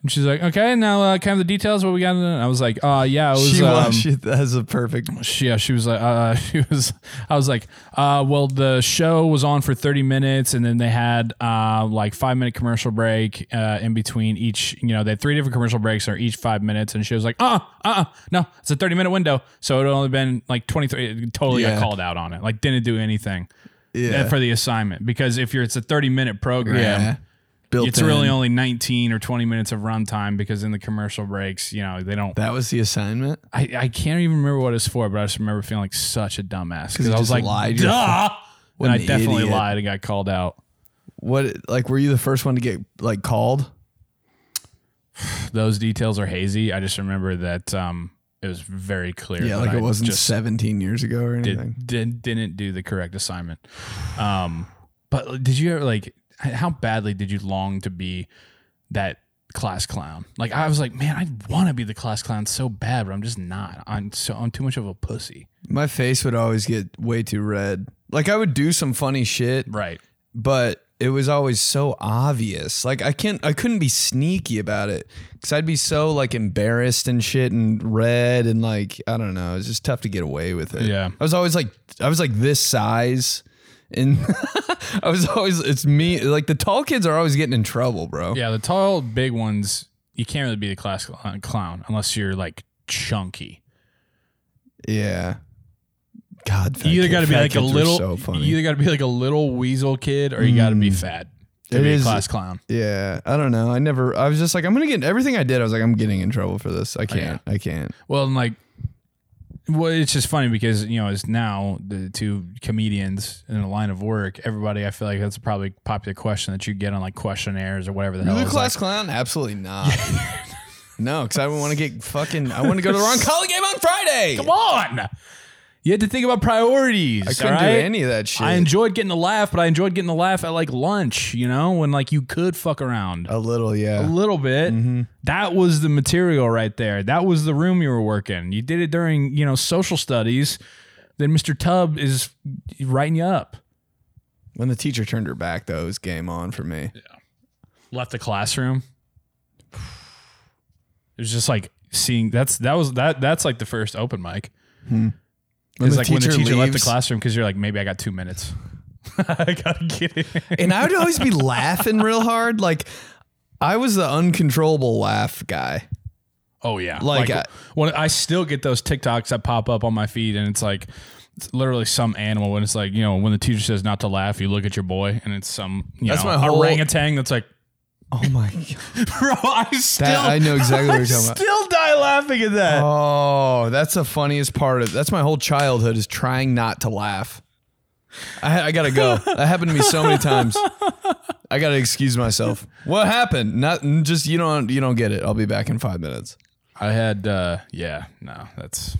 [SPEAKER 2] And she's like, "Okay, now uh, kind of the details what we got." in it?" And I was like, "Uh, yeah, it was."
[SPEAKER 1] she
[SPEAKER 2] um,
[SPEAKER 1] watched it. That's a perfect.
[SPEAKER 2] she, yeah, she was like, uh, she was, I was like, uh, well, the show was on for 30 minutes and then they had, uh, like five minute commercial break, uh, in between each, you know, they had three different commercial breaks or each five minutes. And she was like, uh, uh, uh no, it's a 30 minute window. So it only been like 23, it totally
[SPEAKER 1] Yeah.
[SPEAKER 2] got called out on it. Like didn't do anything uh,
[SPEAKER 1] Yeah.
[SPEAKER 2] for the assignment because if you're, it's a 30 minute program,
[SPEAKER 1] yeah. Built
[SPEAKER 2] it's
[SPEAKER 1] in.
[SPEAKER 2] really only 19 or 20 minutes of runtime because in the commercial breaks, you know, they don't
[SPEAKER 1] That was the assignment.
[SPEAKER 2] I, I can't even remember what it's for, but I just remember feeling like such a dumbass because
[SPEAKER 1] you
[SPEAKER 2] I
[SPEAKER 1] just
[SPEAKER 2] was like,
[SPEAKER 1] lied your-
[SPEAKER 2] duh.
[SPEAKER 1] What
[SPEAKER 2] And I
[SPEAKER 1] an
[SPEAKER 2] definitely
[SPEAKER 1] idiot.
[SPEAKER 2] lied and got called out.
[SPEAKER 1] What? Like, were you the first one to get like called?
[SPEAKER 2] Those details are hazy. I just remember that um, it was very clear.
[SPEAKER 1] Yeah,
[SPEAKER 2] that
[SPEAKER 1] like
[SPEAKER 2] I
[SPEAKER 1] it wasn't
[SPEAKER 2] just
[SPEAKER 1] 17 years ago or anything.
[SPEAKER 2] did, did, didn't do the correct assignment. Um, but did you ever like h- how badly did you long to be that class clown? Like I was like, man, I want to be the class clown so bad, but I'm just not. I'm so I'm too much of a pussy.
[SPEAKER 1] My face would always get way too red. Like I would do some funny shit,
[SPEAKER 2] Right.
[SPEAKER 1] but it was always so obvious. Like I can't, I couldn't be sneaky about it because I'd be so like embarrassed and shit and red and like I don't know. It's just tough to get away with it.
[SPEAKER 2] Yeah.
[SPEAKER 1] I was always like, I was like this size, and I was always it's me. Like the tall kids are always getting in trouble, bro.
[SPEAKER 2] Yeah, the tall, big ones, you can't really be the class cl- clown unless you're like chunky.
[SPEAKER 1] Yeah. God, fat
[SPEAKER 2] You either
[SPEAKER 1] kid-
[SPEAKER 2] got to be
[SPEAKER 1] fat
[SPEAKER 2] like a
[SPEAKER 1] kids were
[SPEAKER 2] little,
[SPEAKER 1] So funny. Mm.
[SPEAKER 2] you either got to be like a little weasel kid, or you got to be fat to
[SPEAKER 1] It
[SPEAKER 2] be
[SPEAKER 1] is-
[SPEAKER 2] a class clown.
[SPEAKER 1] Yeah, I don't know. I never. I was just like, I'm gonna get everything I did. I was like, I'm getting in trouble for this.
[SPEAKER 2] Oh,
[SPEAKER 1] I can't. I can't.
[SPEAKER 2] Well, and like, well, it's just funny because you know, as now the two comedians in a line of work, everybody, I feel like that's probably a popular question that you get on like questionnaires or whatever the hell.
[SPEAKER 1] You the
[SPEAKER 2] It's
[SPEAKER 1] class clown? Absolutely not. no, because I want to get fucking. I want to go to the wrong college game on Friday.
[SPEAKER 2] like, Come on, you had to think about priorities.
[SPEAKER 1] I couldn't
[SPEAKER 2] all
[SPEAKER 1] do
[SPEAKER 2] right?
[SPEAKER 1] any of that shit.
[SPEAKER 2] I enjoyed getting a laugh, but I enjoyed getting a laugh at like lunch, you know, when like you could fuck around
[SPEAKER 1] a little,
[SPEAKER 2] a
[SPEAKER 1] yeah.
[SPEAKER 2] little bit. That was the material right there. That was the room you were working. You did it during, you know, social studies. Then Mr. Tubb is writing you up.
[SPEAKER 1] When the teacher turned her back, though, it was game on for me.
[SPEAKER 2] Left the classroom. It was just like seeing that's that was that that's like the first open mic. It's like when the teacher left the
[SPEAKER 1] leaves-
[SPEAKER 2] classroom because you're like, maybe I got two minutes. I gotta get in.
[SPEAKER 1] and I would always be laughing real hard. Like I was the uncontrollable laugh guy.
[SPEAKER 2] Oh yeah,
[SPEAKER 1] Like, uh, I-
[SPEAKER 2] when I still get those TikToks that pop up on my feed, and it's like it's literally some animal. When it's like you know when the teacher says not to laugh, you look at your boy, and it's some you
[SPEAKER 1] That's
[SPEAKER 2] know
[SPEAKER 1] my whole-
[SPEAKER 2] orangutan that's like,
[SPEAKER 1] Oh my god!
[SPEAKER 2] bro, I still
[SPEAKER 1] That, I know exactly what you're talking about.
[SPEAKER 2] still die laughing at that.
[SPEAKER 1] Oh, that's the funniest part of that's my whole childhood is trying not to laugh. I, I gotta go. That happened to me so many times. I gotta excuse myself. What happened? Nothing. Just you don't you don't get it. I'll be back in five minutes.
[SPEAKER 2] I had uh yeah no that's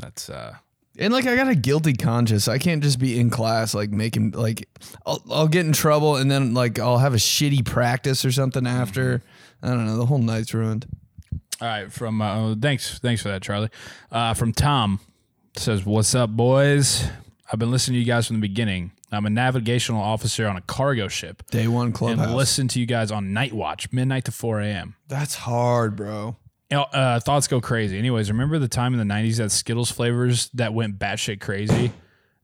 [SPEAKER 2] that's uh
[SPEAKER 1] And like I got a guilty conscience. I can't just be in class like making like I'll, I'll get in trouble and then like I'll have a shitty practice or something
[SPEAKER 2] Mm-hmm.
[SPEAKER 1] after. I don't know. The whole night's ruined.
[SPEAKER 2] all right from uh, oh, thanks thanks for that Charlie uh from Tom says what's up boys I've been listening to you guys from the beginning I'm a navigational officer on a cargo ship
[SPEAKER 1] Day one
[SPEAKER 2] and
[SPEAKER 1] clubhouse.
[SPEAKER 2] listen to you guys on Night Watch, midnight to 4 a.m.
[SPEAKER 1] That's hard, bro.
[SPEAKER 2] Uh, thoughts go crazy. Anyways, remember the time in the 90s that Skittles flavors that went batshit crazy?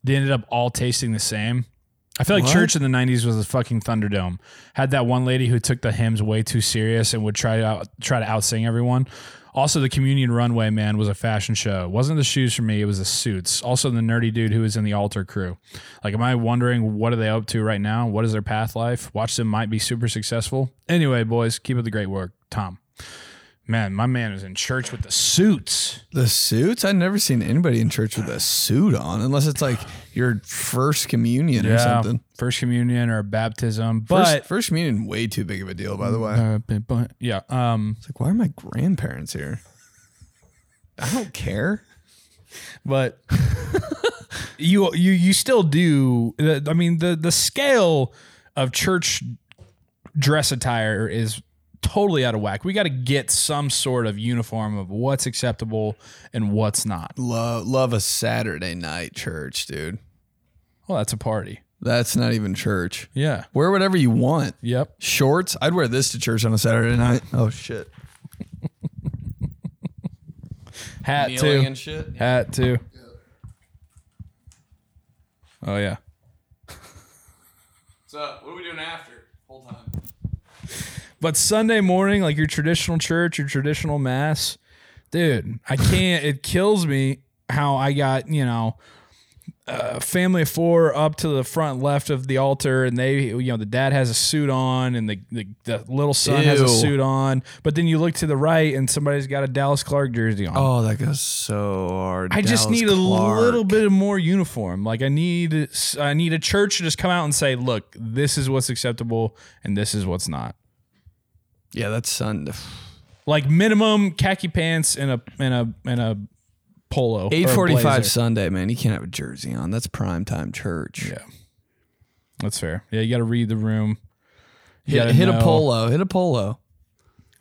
[SPEAKER 2] They ended up all tasting the same. I feel like church in the '90s was a fucking Thunderdome. Had that one lady who took the hymns way too serious and would try to out, try to outsing everyone. Also, the communion runway man was a fashion show. It wasn't the shoes for me; it was the suits. Also, the nerdy dude who was in the altar crew. Like, am I wondering what are they up to right now? What is their path life? Watch them might be super successful. Anyway, boys, keep up the great work, Tom. Man, my man is in church with the suits.
[SPEAKER 1] The suits? I've never seen anybody in church with a suit on, unless it's like your first communion or something.
[SPEAKER 2] First communion or baptism,
[SPEAKER 1] First,
[SPEAKER 2] but
[SPEAKER 1] first communion, way too big of a deal, by the way.
[SPEAKER 2] Uh, but- but- yeah. Um,
[SPEAKER 1] It's like, why are my grandparents here? I don't care.
[SPEAKER 2] but you you you still do. the- I mean the the scale of church dress attire is totally out of whack. We got to get some sort of uniform of what's acceptable and what's not.
[SPEAKER 1] Love, love a Saturday night church, dude.
[SPEAKER 2] Well, that's a party.
[SPEAKER 1] That's not even church.
[SPEAKER 2] Yeah.
[SPEAKER 1] Wear whatever you want.
[SPEAKER 2] Yep.
[SPEAKER 1] Shorts? I'd wear this to church on a Saturday night. Oh shit.
[SPEAKER 2] Hat
[SPEAKER 1] Kneeling
[SPEAKER 2] too.
[SPEAKER 1] and shit.
[SPEAKER 2] Hat too. Oh yeah.
[SPEAKER 1] What's up? What are we doing after? Whole time.
[SPEAKER 2] But Sunday morning, like your traditional church, your traditional mass, dude, I can't. it kills me how I got you know, a family of four up to the front left of the altar, and they you know the dad has a suit on, and the the, the little son has a
[SPEAKER 1] Ew.
[SPEAKER 2] suit on. But then you look to the right, and somebody's got a Dallas Clark jersey on.
[SPEAKER 1] Oh, that goes so hard.
[SPEAKER 2] I just
[SPEAKER 1] Dallas
[SPEAKER 2] need a
[SPEAKER 1] Clark.
[SPEAKER 2] little bit of more uniform. Like I need, I need a church to just come out and say, "Look, this is what's acceptable, and this is what's not."
[SPEAKER 1] Yeah, that's Sunday.
[SPEAKER 2] like minimum khaki pants and a and a and a polo. or a
[SPEAKER 1] Eight forty-five
[SPEAKER 2] blazer.
[SPEAKER 1] Sunday, man. You can't have a jersey on. That's prime time church.
[SPEAKER 2] Yeah, that's fair. Yeah, you got to read the room. You
[SPEAKER 1] Hit,
[SPEAKER 2] gotta
[SPEAKER 1] hit a
[SPEAKER 2] know.
[SPEAKER 1] polo. Hit a polo.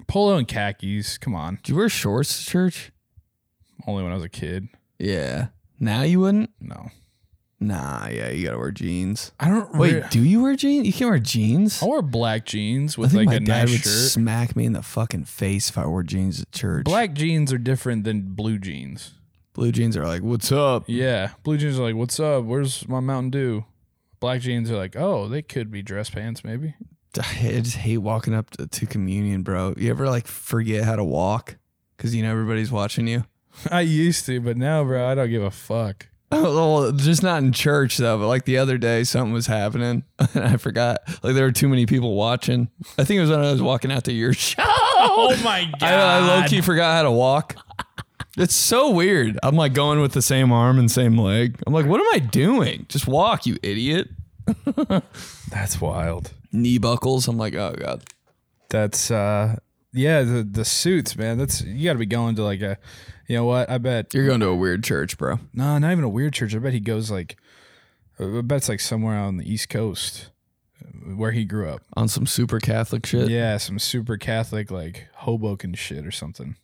[SPEAKER 2] polo and khakis. Come on,
[SPEAKER 1] Do you wear shorts to church?
[SPEAKER 2] only when I was a kid.
[SPEAKER 1] Yeah. Now you wouldn't?
[SPEAKER 2] No,
[SPEAKER 1] Nah. Yeah, you gotta wear jeans.
[SPEAKER 2] I don't.
[SPEAKER 1] Wait,
[SPEAKER 2] re-
[SPEAKER 1] do you wear jeans? You can't wear jeans.
[SPEAKER 2] I wore black jeans
[SPEAKER 1] I
[SPEAKER 2] with
[SPEAKER 1] think
[SPEAKER 2] like
[SPEAKER 1] my
[SPEAKER 2] a
[SPEAKER 1] dad
[SPEAKER 2] nice
[SPEAKER 1] would
[SPEAKER 2] shirt.
[SPEAKER 1] smack me in the fucking face if I wore jeans at church.
[SPEAKER 2] black jeans are different than blue jeans.
[SPEAKER 1] blue jeans are like, what's up?
[SPEAKER 2] Yeah, blue jeans are like, "What's up? Where's my Mountain Dew?" Black jeans are like, "Oh, they could be dress pants, maybe."
[SPEAKER 1] I just hate walking up to, to communion, bro. You ever like forget how to walk because you know everybody's watching you?
[SPEAKER 2] I used to, but now, bro, I don't give a fuck.
[SPEAKER 1] Oh, well, just not in church though. But like the other day, something was happening, and I forgot. Like there were too many people watching. I think it was when I was walking out to your show.
[SPEAKER 2] Oh my god!
[SPEAKER 1] I, I low key forgot how to walk. It's so weird. I'm like going with the same arm and same leg. I'm like, what am I doing? Just walk, you idiot.
[SPEAKER 2] That's wild.
[SPEAKER 1] Knee buckles. I'm like, oh god.
[SPEAKER 2] That's uh yeah, the the suits, man. That's you got to be going to like a you know what? I bet
[SPEAKER 1] You're going to a weird church, bro.
[SPEAKER 2] no, not even a weird church. I bet he goes like I bet it's like somewhere on the East Coast uh, where he grew up.
[SPEAKER 1] On some super Catholic shit.
[SPEAKER 2] Yeah, some super Catholic like Hoboken shit or something.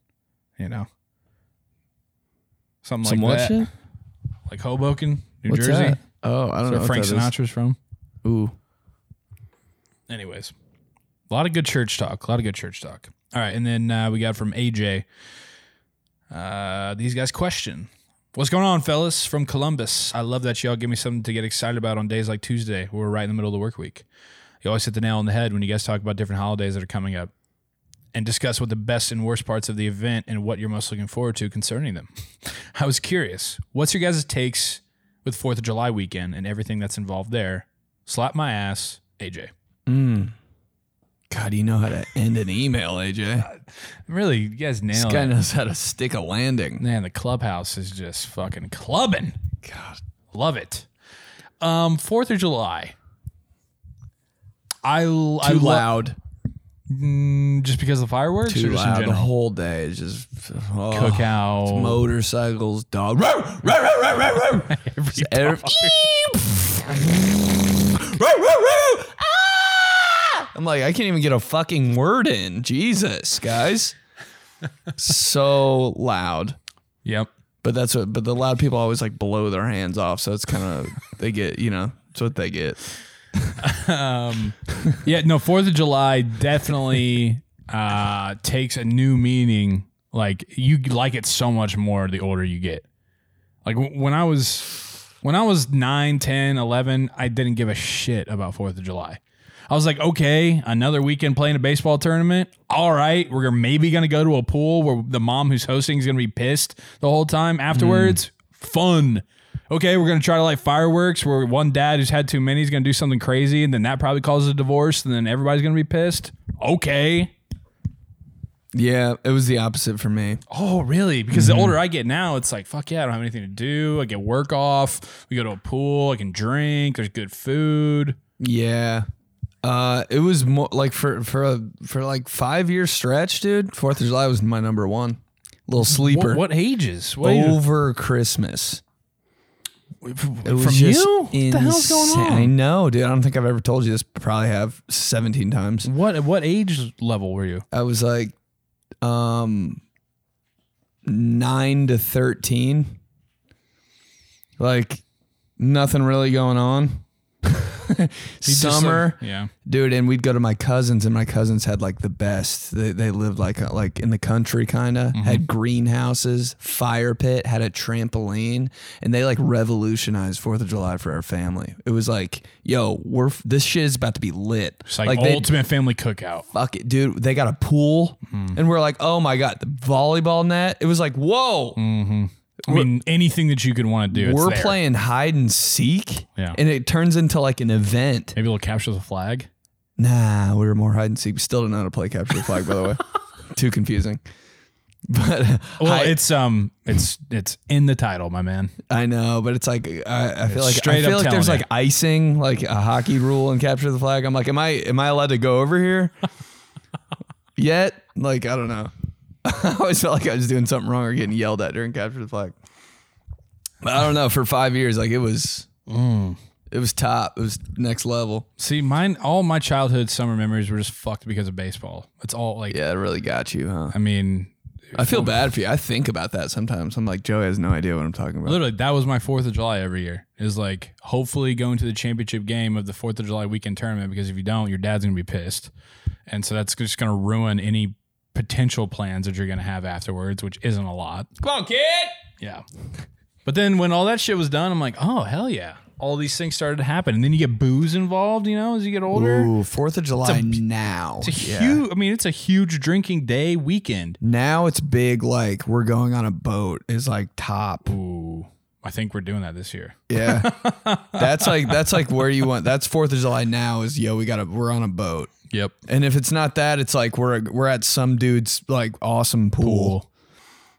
[SPEAKER 2] You know. Something
[SPEAKER 1] some
[SPEAKER 2] like
[SPEAKER 1] what
[SPEAKER 2] that.
[SPEAKER 1] shit?
[SPEAKER 2] Like Hoboken, New
[SPEAKER 1] What's
[SPEAKER 2] Jersey.
[SPEAKER 1] that? Oh, I don't
[SPEAKER 2] That's
[SPEAKER 1] know.
[SPEAKER 2] where
[SPEAKER 1] what
[SPEAKER 2] Frank
[SPEAKER 1] that is.
[SPEAKER 2] Sinatra's from.
[SPEAKER 1] Ooh.
[SPEAKER 2] anyways, a lot of good church talk. A lot of good church talk. All right, and then uh, we got from AJ. Uh, these guys question. What's going on, fellas? From Columbus. I love that y'all give me something to get excited about on days like Tuesday. We're right in the middle of the work week. You always hit the nail on the head when you guys talk about different holidays that are coming up and discuss what the best and worst parts of the event and what you're most looking forward to concerning them. I was curious, what's your guys' takes with 4th of July weekend and everything that's involved there? Slap my ass, AJ.
[SPEAKER 1] Mm. God, you know how to end an email, AJ.
[SPEAKER 2] Really, you guys
[SPEAKER 1] This
[SPEAKER 2] nailed
[SPEAKER 1] guy
[SPEAKER 2] it.
[SPEAKER 1] knows how to stick a landing.
[SPEAKER 2] Man, the clubhouse is just fucking clubbing.
[SPEAKER 1] God.
[SPEAKER 2] Love it. Um, Fourth of July. I l- I
[SPEAKER 1] Too
[SPEAKER 2] lo-
[SPEAKER 1] loud.
[SPEAKER 2] Mm, just because of the fireworks. or
[SPEAKER 1] Too
[SPEAKER 2] just
[SPEAKER 1] loud.
[SPEAKER 2] In
[SPEAKER 1] The
[SPEAKER 2] general?
[SPEAKER 1] whole day is just oh,
[SPEAKER 2] cookout.
[SPEAKER 1] motorcycles, dog. Row, row, row, row, row, row. Just every- Row, row, row. Ah! I'm like, I can't even get a fucking word in. Jesus, guys. so loud.
[SPEAKER 2] Yep.
[SPEAKER 1] But that's what. But the loud people always like blow their hands off, so it's kind of they get. You know, it's what they get.
[SPEAKER 2] Yeah. No. Fourth of July definitely uh, takes a new meaning. Like you like it so much more the older you get. Like w- when I was When I was 9, 10, 11, I didn't give a shit about 4th of July. I was like, okay, another weekend playing a baseball tournament. All right, we're maybe going to go to a pool where the mom who's hosting is going to be pissed the whole time afterwards. Fun. Okay, we're going to try to light fireworks where one dad who's had too many is going to do something crazy and then that probably causes a divorce and then everybody's going to be pissed. Okay.
[SPEAKER 1] Yeah, it was the opposite for me.
[SPEAKER 2] Oh, really? Because
[SPEAKER 1] Mm-hmm.
[SPEAKER 2] the older I get now, it's like, fuck yeah, I don't have anything to do. I get work off. We go to a pool. I can drink. There's good food.
[SPEAKER 1] Yeah. Uh, it was more like for for a for like five year stretch, dude. Fourth of July was my number one little sleeper
[SPEAKER 2] What, what ages? What ages?
[SPEAKER 1] over Christmas. Oh, It was
[SPEAKER 2] From
[SPEAKER 1] just
[SPEAKER 2] you? What the hell's going
[SPEAKER 1] insane. I
[SPEAKER 2] on?
[SPEAKER 1] know, dude. I don't think I've ever told you this. Probably have seventeen times.
[SPEAKER 2] What what age level were you?
[SPEAKER 1] I was like, um, nine to thirteen. Like, nothing really going on. Summer,
[SPEAKER 2] yeah.
[SPEAKER 1] dude and we'd go to my cousins and my cousins had like the best they, they lived like like in the country kind of
[SPEAKER 2] Mm-hmm.
[SPEAKER 1] had greenhouses fire pit had a trampoline and they like revolutionized fourth of july for our family it was like yo we're f- this shit is about to be lit
[SPEAKER 2] It's like,
[SPEAKER 1] they
[SPEAKER 2] ultimate family cookout.
[SPEAKER 1] fuck it dude they got a pool
[SPEAKER 2] Hmm.
[SPEAKER 1] and we're like oh my god the volleyball net it was like whoa
[SPEAKER 2] I mean, anything that you could want to do. Hmm. it's
[SPEAKER 1] we're
[SPEAKER 2] there.
[SPEAKER 1] playing hide and seek
[SPEAKER 2] Yeah.
[SPEAKER 1] and it turns into like an event
[SPEAKER 2] Maybe we'll capture the flag.
[SPEAKER 1] Nah, we were more hide and seek. We still didn't know how to play capture the flag, by the way. Too confusing. But uh,
[SPEAKER 2] Well,
[SPEAKER 1] I,
[SPEAKER 2] it's um, it's it's in the title, my man.
[SPEAKER 1] I know, but it's like I, I feel like
[SPEAKER 2] straight
[SPEAKER 1] I
[SPEAKER 2] up
[SPEAKER 1] feel like there's
[SPEAKER 2] telling
[SPEAKER 1] like icing, like a hockey rule in capture the flag. I'm like, am I am I allowed to go over here yet? Like I don't know. I always felt like I was doing something wrong or getting yelled at during capture the flag. But I don't know. For five years, like it was, it was top. It was next level.
[SPEAKER 2] See, mine. All my childhood summer memories were just fucked because of baseball. It's all like,
[SPEAKER 1] Yeah, it really got you, huh?
[SPEAKER 2] I mean,
[SPEAKER 1] I feel bad for you. I think about that sometimes. I'm like, Joey has no idea what I'm talking about.
[SPEAKER 2] Literally, that was my Fourth of July every year. Is like hopefully going to the championship game of the Fourth of July weekend tournament because if you don't, your dad's gonna be pissed, and so that's just gonna ruin any potential plans that you're gonna have afterwards, which isn't a lot. Come on, kid. Yeah. But then when all that shit was done, I'm like, oh hell yeah! All these things started to happen, and then you get booze involved, you know, as you get older.
[SPEAKER 1] Ooh, Fourth of July now.
[SPEAKER 2] It's a
[SPEAKER 1] Yeah.
[SPEAKER 2] huge. I mean, it's a huge drinking day weekend.
[SPEAKER 1] Now it's big. Like we're going on a boat is like top.
[SPEAKER 2] Ooh, I think we're doing that this year.
[SPEAKER 1] Yeah, that's like that's like where you want. That's Fourth of July now. Is yo, we got to we're on a boat.
[SPEAKER 2] Yep.
[SPEAKER 1] And if it's not that, it's like we're we're at some dude's like awesome pool.
[SPEAKER 2] Cool.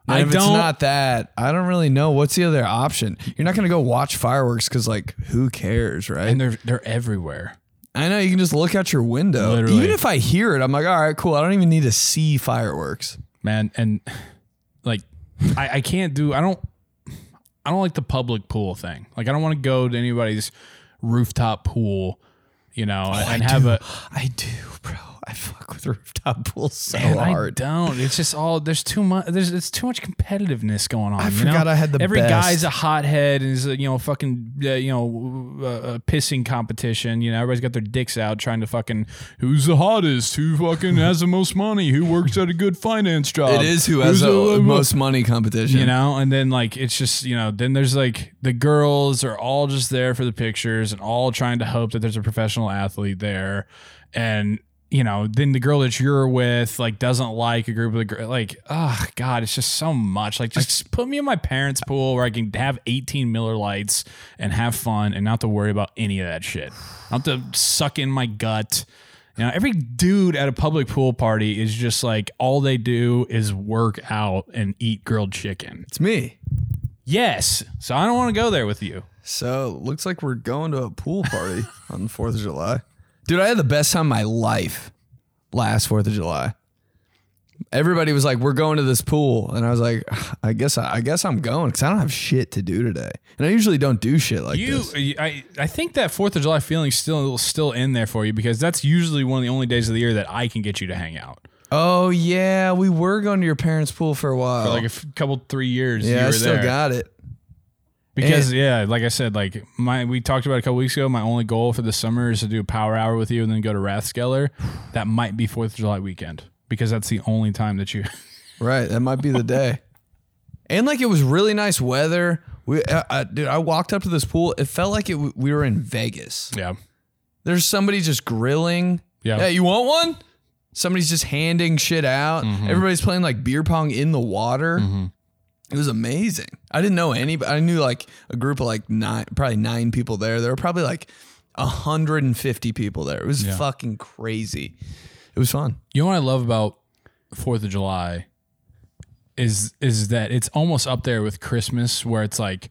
[SPEAKER 1] And
[SPEAKER 2] I
[SPEAKER 1] if it's
[SPEAKER 2] don't-
[SPEAKER 1] not that, I don't really know what's the other option. You're not gonna go watch fireworks because like who cares, right?
[SPEAKER 2] And they're they're everywhere.
[SPEAKER 1] I know you can just look out your window.
[SPEAKER 2] Literally.
[SPEAKER 1] Even if I hear it, I'm like, all right, cool. I don't even need to see fireworks.
[SPEAKER 2] man and like I, I can't do i don't i don't like the public pool thing like i don't want to go to anybody's rooftop pool you know and have a
[SPEAKER 1] Oh, I do, bro. I fuck with rooftop pools so
[SPEAKER 2] and I
[SPEAKER 1] hard.
[SPEAKER 2] don't. It's just all there's too much. There's it's too much competitiveness going on. I
[SPEAKER 1] forgot I had the
[SPEAKER 2] every
[SPEAKER 1] best.
[SPEAKER 2] guy's a hothead and is a, you know fucking uh, you know uh, uh, pissing competition. You know everybody's got their dicks out trying to fucking who's the hottest, who fucking has the most money, who works at a good finance job.
[SPEAKER 1] it is who has
[SPEAKER 2] who's
[SPEAKER 1] the most money competition.
[SPEAKER 2] you know and then like it's just you know then there's like the girls are all just there for the pictures and all trying to hope that there's a professional athlete there and you know then the girl that you're with like doesn't like a group of the girl like oh god it's just so much like just put me in my parents pool where i can have 18 miller lights and have fun and not have to worry about any of that shit i don't have to suck in my gut you know, every dude at a public pool party is just like all they do is work out and eat grilled chicken.
[SPEAKER 1] It's me.
[SPEAKER 2] Yes. So I don't want to go there with you.
[SPEAKER 1] So looks like we're going to a pool party on the Fourth of July. Dude, I had the best time of my life last Fourth of July. Everybody was like, "We're going to this pool," and I was like, "I guess I, I guess I'm going because I don't have shit to do today, and I usually don't do shit like
[SPEAKER 2] You,
[SPEAKER 1] this."
[SPEAKER 2] I, I think that Fourth of July feeling still still in there for you because that's usually one of the only days of the year that I can get you to hang out.
[SPEAKER 1] Oh yeah, we were going to your parents' pool for a while.
[SPEAKER 2] For like a f- couple three years, you
[SPEAKER 1] Oh. yeah,
[SPEAKER 2] were
[SPEAKER 1] I still
[SPEAKER 2] there.
[SPEAKER 1] got it.
[SPEAKER 2] Because yeah, like I said, like my we talked about it a couple weeks ago. My only goal for the summer is to do a power hour with you and then go to Rathskeller. That might be Fourth of July weekend because that's the only time that you.
[SPEAKER 1] Right, that might be the day. and like it was really nice weather. We, uh, uh, dude, I walked up to this pool. It felt like it. w- We were in Vegas.
[SPEAKER 2] Yeah.
[SPEAKER 1] There's somebody just grilling.
[SPEAKER 2] Yeah.
[SPEAKER 1] Hey, you want one? Somebody's just handing shit out. Everybody's playing like beer pong in the water. It was amazing. I didn't know anybody. I knew like a group of like nine, probably nine people there. There were probably like 150 people there. It was fucking crazy. It was fun.
[SPEAKER 2] You know what I love about Fourth of July is is that it's almost up there with Christmas, where it's like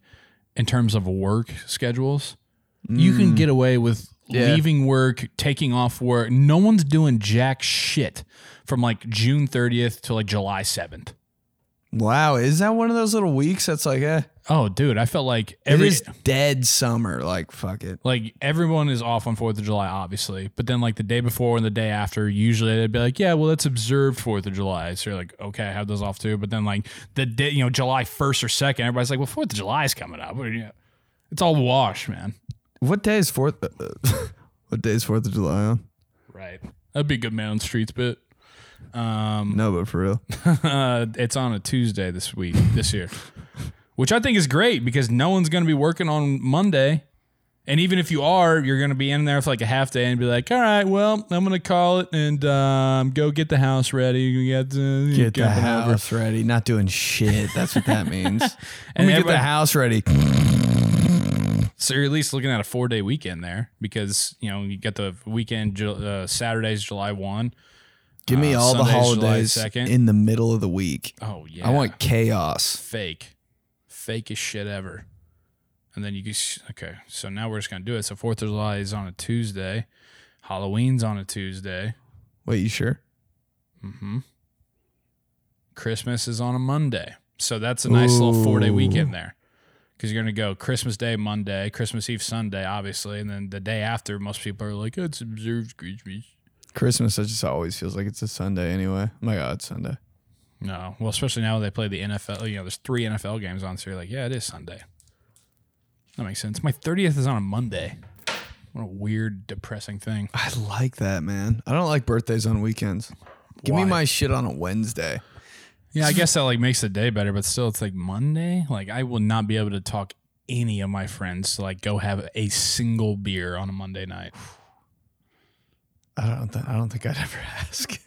[SPEAKER 2] in terms of work schedules, you can get away with
[SPEAKER 1] Yeah.
[SPEAKER 2] leaving work, taking off work. No one's doing jack shit from like June thirtieth to like July seventh.
[SPEAKER 1] Wow. Is that one of those little weeks that's like, eh,
[SPEAKER 2] Oh, dude, I felt like
[SPEAKER 1] it
[SPEAKER 2] every
[SPEAKER 1] is dead summer. Like, fuck it.
[SPEAKER 2] like everyone is off on Fourth of July, obviously, but then like the day before and the day after, usually they'd be like, "Yeah, well, that's observed Fourth of July." So you're like, "Okay, I have those off too." But then like the day, you know, July first or second, everybody's like, "Well, Fourth of July is coming up." What are you- It's all wash, man.
[SPEAKER 1] What day is Fourth? uh, what day is Fourth of July on?
[SPEAKER 2] Right? That'd be a good man on the streets bit.
[SPEAKER 1] No, but for real.
[SPEAKER 2] Uh, it's on a Tuesday this week, this year, which I think is great because no one's going to be working on Monday. And even if you are, you're going to be in there for like a half day and be like, all right, well, I'm going to call it and um, go get the house ready. You get, to,
[SPEAKER 1] Get the
[SPEAKER 2] jumping over.
[SPEAKER 1] house ready. Not doing shit. That's what that means. Let
[SPEAKER 2] And
[SPEAKER 1] me get the
[SPEAKER 2] everybody-
[SPEAKER 1] house ready.
[SPEAKER 2] So you're at least looking at a four day weekend there because, you know, you get the weekend, Ju- uh, Saturday's July 1.
[SPEAKER 1] Give me
[SPEAKER 2] Uh,
[SPEAKER 1] all the
[SPEAKER 2] Sunday's July
[SPEAKER 1] holidays
[SPEAKER 2] 2nd.
[SPEAKER 1] in the middle of the week.
[SPEAKER 2] Oh, yeah.
[SPEAKER 1] I want chaos.
[SPEAKER 2] fake, fake as shit ever. And then you can, okay, so now we're just gonna do it. So Fourth of July is on a Tuesday, Halloween's on a Tuesday,
[SPEAKER 1] Wait, you sure?
[SPEAKER 2] hmm Christmas is on a Monday. So that's a nice little four day
[SPEAKER 1] Ooh.
[SPEAKER 2] weekend there. Because you're gonna go Christmas Day Monday, Christmas Eve Sunday, obviously, and then the day after, most people are like, "It's observed Christmas."
[SPEAKER 1] Christmas, it just always feels like it's a Sunday anyway. Oh My God, it's Sunday.
[SPEAKER 2] No, well, especially now they play the NFL. You know, there's three NFL games on, so you're like, yeah, it is Sunday. That makes sense. My 30th is on a Monday. What a weird, depressing thing.
[SPEAKER 1] I like that, man. I don't like birthdays on weekends. Give
[SPEAKER 2] Why?
[SPEAKER 1] me my shit on a Wednesday.
[SPEAKER 2] Yeah, I guess that like makes the day better, but still, it's like Monday. Like, I will not be able to talk any of my friends to like go have a single beer on a Monday night.
[SPEAKER 1] I don't. Th- I don't think I'd ever ask.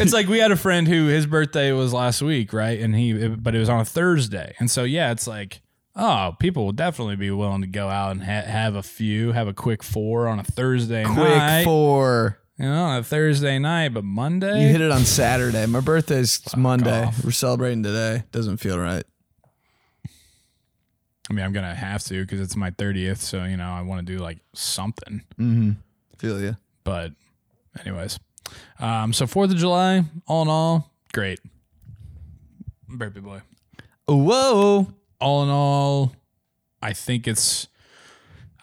[SPEAKER 2] it's like we had a friend who his birthday was last week, right? And he, but it was on a Thursday, and so yeah, it's like, oh, people will definitely be willing to go out and ha- have a few, have a quick four on a Thursday night,
[SPEAKER 1] Quick four.
[SPEAKER 2] you know, on a Thursday night, but Monday,
[SPEAKER 1] You hit it on Saturday. My birthday's Monday.
[SPEAKER 2] off.
[SPEAKER 1] We're celebrating today. Doesn't feel right.
[SPEAKER 2] I mean, I'm gonna have to because it's my thirtieth, so you know, I want to do like something.
[SPEAKER 1] Mm-hmm. Feel you.
[SPEAKER 2] But, anyways, um, so Fourth of July, all in all, great, baby boy.
[SPEAKER 1] Oh, Whoa.
[SPEAKER 2] all in all, I think it's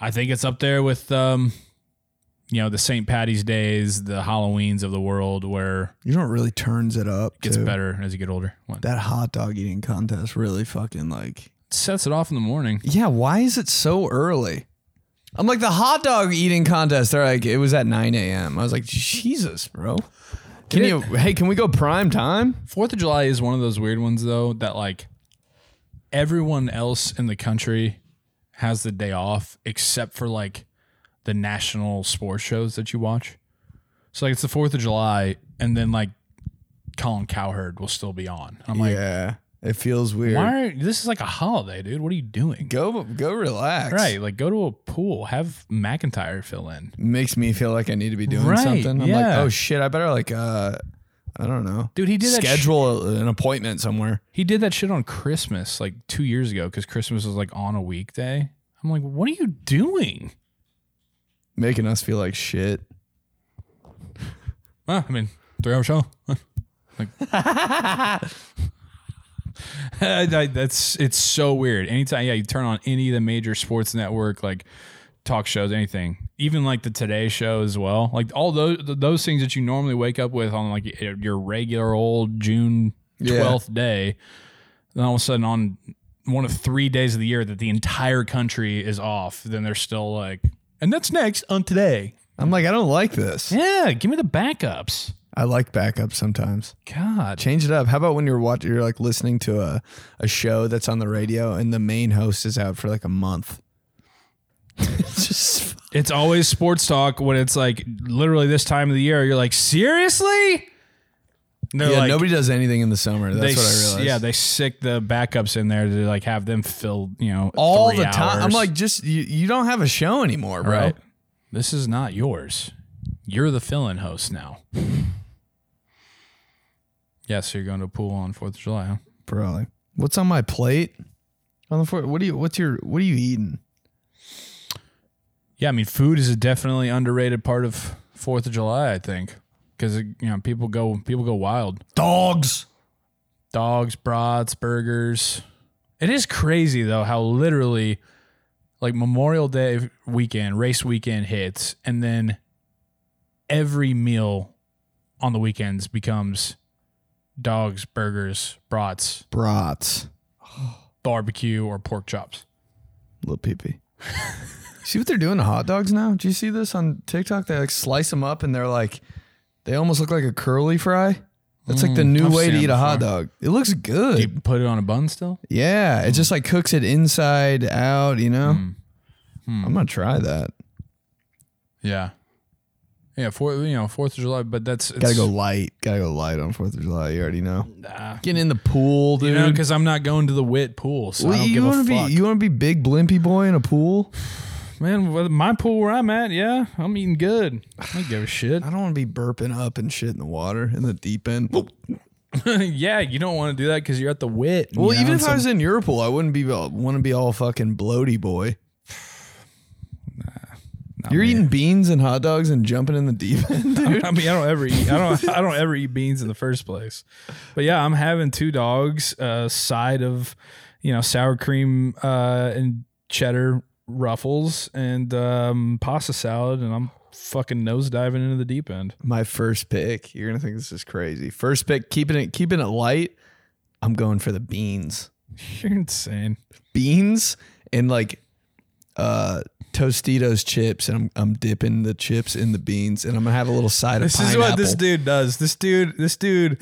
[SPEAKER 2] I think it's up there with um you know the St. Patty's days, the Halloweens of the world where
[SPEAKER 1] You know what really turns it up?
[SPEAKER 2] it gets
[SPEAKER 1] too?
[SPEAKER 2] better as you get older. What?
[SPEAKER 1] That hot dog eating contest really fucking like.
[SPEAKER 2] sets it off in the morning.
[SPEAKER 1] Yeah, why is it so early? I'm like the hot dog eating contest. They're like, it was at 9 a.m. I was like, Jesus, bro. Can
[SPEAKER 2] Get-
[SPEAKER 1] you? Hey, can we go prime time?
[SPEAKER 2] 4th of July is one of those weird ones though that like everyone else in the country has the day off except for like the national sports shows that you watch. So like it's the 4th of July and then like Colin Cowherd will still be on. I'm like
[SPEAKER 1] yeah, it feels weird.
[SPEAKER 2] Why are this is like a holiday, dude? What are you doing?
[SPEAKER 1] Go, go, relax.
[SPEAKER 2] Right, like go to a pool, have McIntyre fill in.
[SPEAKER 1] Makes me feel like I need to be doing
[SPEAKER 2] Right,
[SPEAKER 1] something. I'm like,
[SPEAKER 2] yeah.
[SPEAKER 1] oh shit, I better like, uh, I don't know,
[SPEAKER 2] Dude, he did that sh-
[SPEAKER 1] schedule an appointment somewhere.
[SPEAKER 2] He did that shit on Christmas like two years ago because Christmas was like on a weekday. I'm like, what are you doing?
[SPEAKER 1] Making us feel like shit.
[SPEAKER 2] Well, I mean, three hour show. like, I- I- that's it's so weird. Anytime, yeah, you turn on any of the major sports network like talk shows, anything, even like the Today Show as well. Like all those those things that you normally wake up with on like your regular old June
[SPEAKER 1] Yeah.
[SPEAKER 2] twelfth day, then all of a sudden on one of three days of the year that the entire country is off, then they're still like, and that's next on today.
[SPEAKER 1] I'm like, I don't like this.
[SPEAKER 2] Yeah, give me the backups.
[SPEAKER 1] I like backups sometimes.
[SPEAKER 2] God.
[SPEAKER 1] Change it up. How about when you're watching, you're like listening to a, a show that's on the radio and the main host is out for like a month. it's just
[SPEAKER 2] It's always sports talk when it's like literally this time of the year. You're like, seriously? No,
[SPEAKER 1] yeah. nobody does anything in the summer. That's
[SPEAKER 2] they,
[SPEAKER 1] what I
[SPEAKER 2] s-
[SPEAKER 1] realized.
[SPEAKER 2] Yeah, they sick the backups in there to like have them fill, you know,
[SPEAKER 1] all
[SPEAKER 2] three
[SPEAKER 1] the time. I'm
[SPEAKER 2] hours.
[SPEAKER 1] like, just you, you don't have a show anymore, bro.
[SPEAKER 2] right. This is not yours. You're the fill-in host now. Yeah, so you're going to a pool on Fourth of July, huh?
[SPEAKER 1] Probably. What's on my plate? On the floor. What do you? What's your? What are you eating?
[SPEAKER 2] Yeah, I mean, food is a definitely underrated part of Fourth of July. I think because you know people go people go wild.
[SPEAKER 1] Dogs.
[SPEAKER 2] Dogs, brats, burgers. It is crazy though how literally, like Memorial Day weekend, race weekend hits, and then every meal on the weekends becomes dogs, burgers, brats,
[SPEAKER 1] Brats.
[SPEAKER 2] barbecue, or pork chops.
[SPEAKER 1] Little peepee. see what they're doing to hot dogs now? Do you see this on TikTok? They like slice them up and they're like, they almost look like a curly fry. That's like the
[SPEAKER 2] Mm,
[SPEAKER 1] new
[SPEAKER 2] I've
[SPEAKER 1] way to
[SPEAKER 2] seen
[SPEAKER 1] eat
[SPEAKER 2] it
[SPEAKER 1] a hot dog. It looks good.
[SPEAKER 2] Do you put it on a bun still?
[SPEAKER 1] yeah, it just like cooks it inside out. You know,
[SPEAKER 2] Mm,
[SPEAKER 1] I'm gonna try that.
[SPEAKER 2] Yeah. Yeah, four, you know, Fourth of July, but that's it's,
[SPEAKER 1] Gotta go light. Gotta go light on Fourth of July. You already know.
[SPEAKER 2] Nah.
[SPEAKER 1] Getting in the pool, dude.
[SPEAKER 2] You know, because I'm not going to the wit pool, so I
[SPEAKER 1] Well,
[SPEAKER 2] don't
[SPEAKER 1] you
[SPEAKER 2] give a
[SPEAKER 1] want to
[SPEAKER 2] fuck.
[SPEAKER 1] be you want to be big blimpy boy in a pool?
[SPEAKER 2] Man, with my pool where I'm at, yeah, I'm eating good. I don't give a shit.
[SPEAKER 1] I don't want to be burping up and shit in the water in the deep end. Well,
[SPEAKER 2] yeah, you don't want to do that because you're at the wit. you know,
[SPEAKER 1] even if
[SPEAKER 2] and
[SPEAKER 1] I was in your pool, I wouldn't be want to be all fucking bloaty boy.
[SPEAKER 2] some-
[SPEAKER 1] You're
[SPEAKER 2] I mean,
[SPEAKER 1] eating beans and hot dogs and jumping in the deep end, dude.
[SPEAKER 2] I mean, I don't ever eat. I don't. I don't ever eat beans in the first place. But yeah, I'm having two dogs, a side of, you know, sour cream uh, and cheddar ruffles and um, pasta salad, and I'm fucking nose diving into the deep end.
[SPEAKER 1] My first pick. You're gonna think this is crazy. First pick, keeping it keeping it light. I'm going for the beans,
[SPEAKER 2] You're insane.
[SPEAKER 1] beans and like uh Tostitos chips, and I'm I'm dipping the chips in the beans, and I'm gonna have a little side
[SPEAKER 2] This
[SPEAKER 1] of
[SPEAKER 2] is
[SPEAKER 1] pineapple.
[SPEAKER 2] what this dude does. This dude, this dude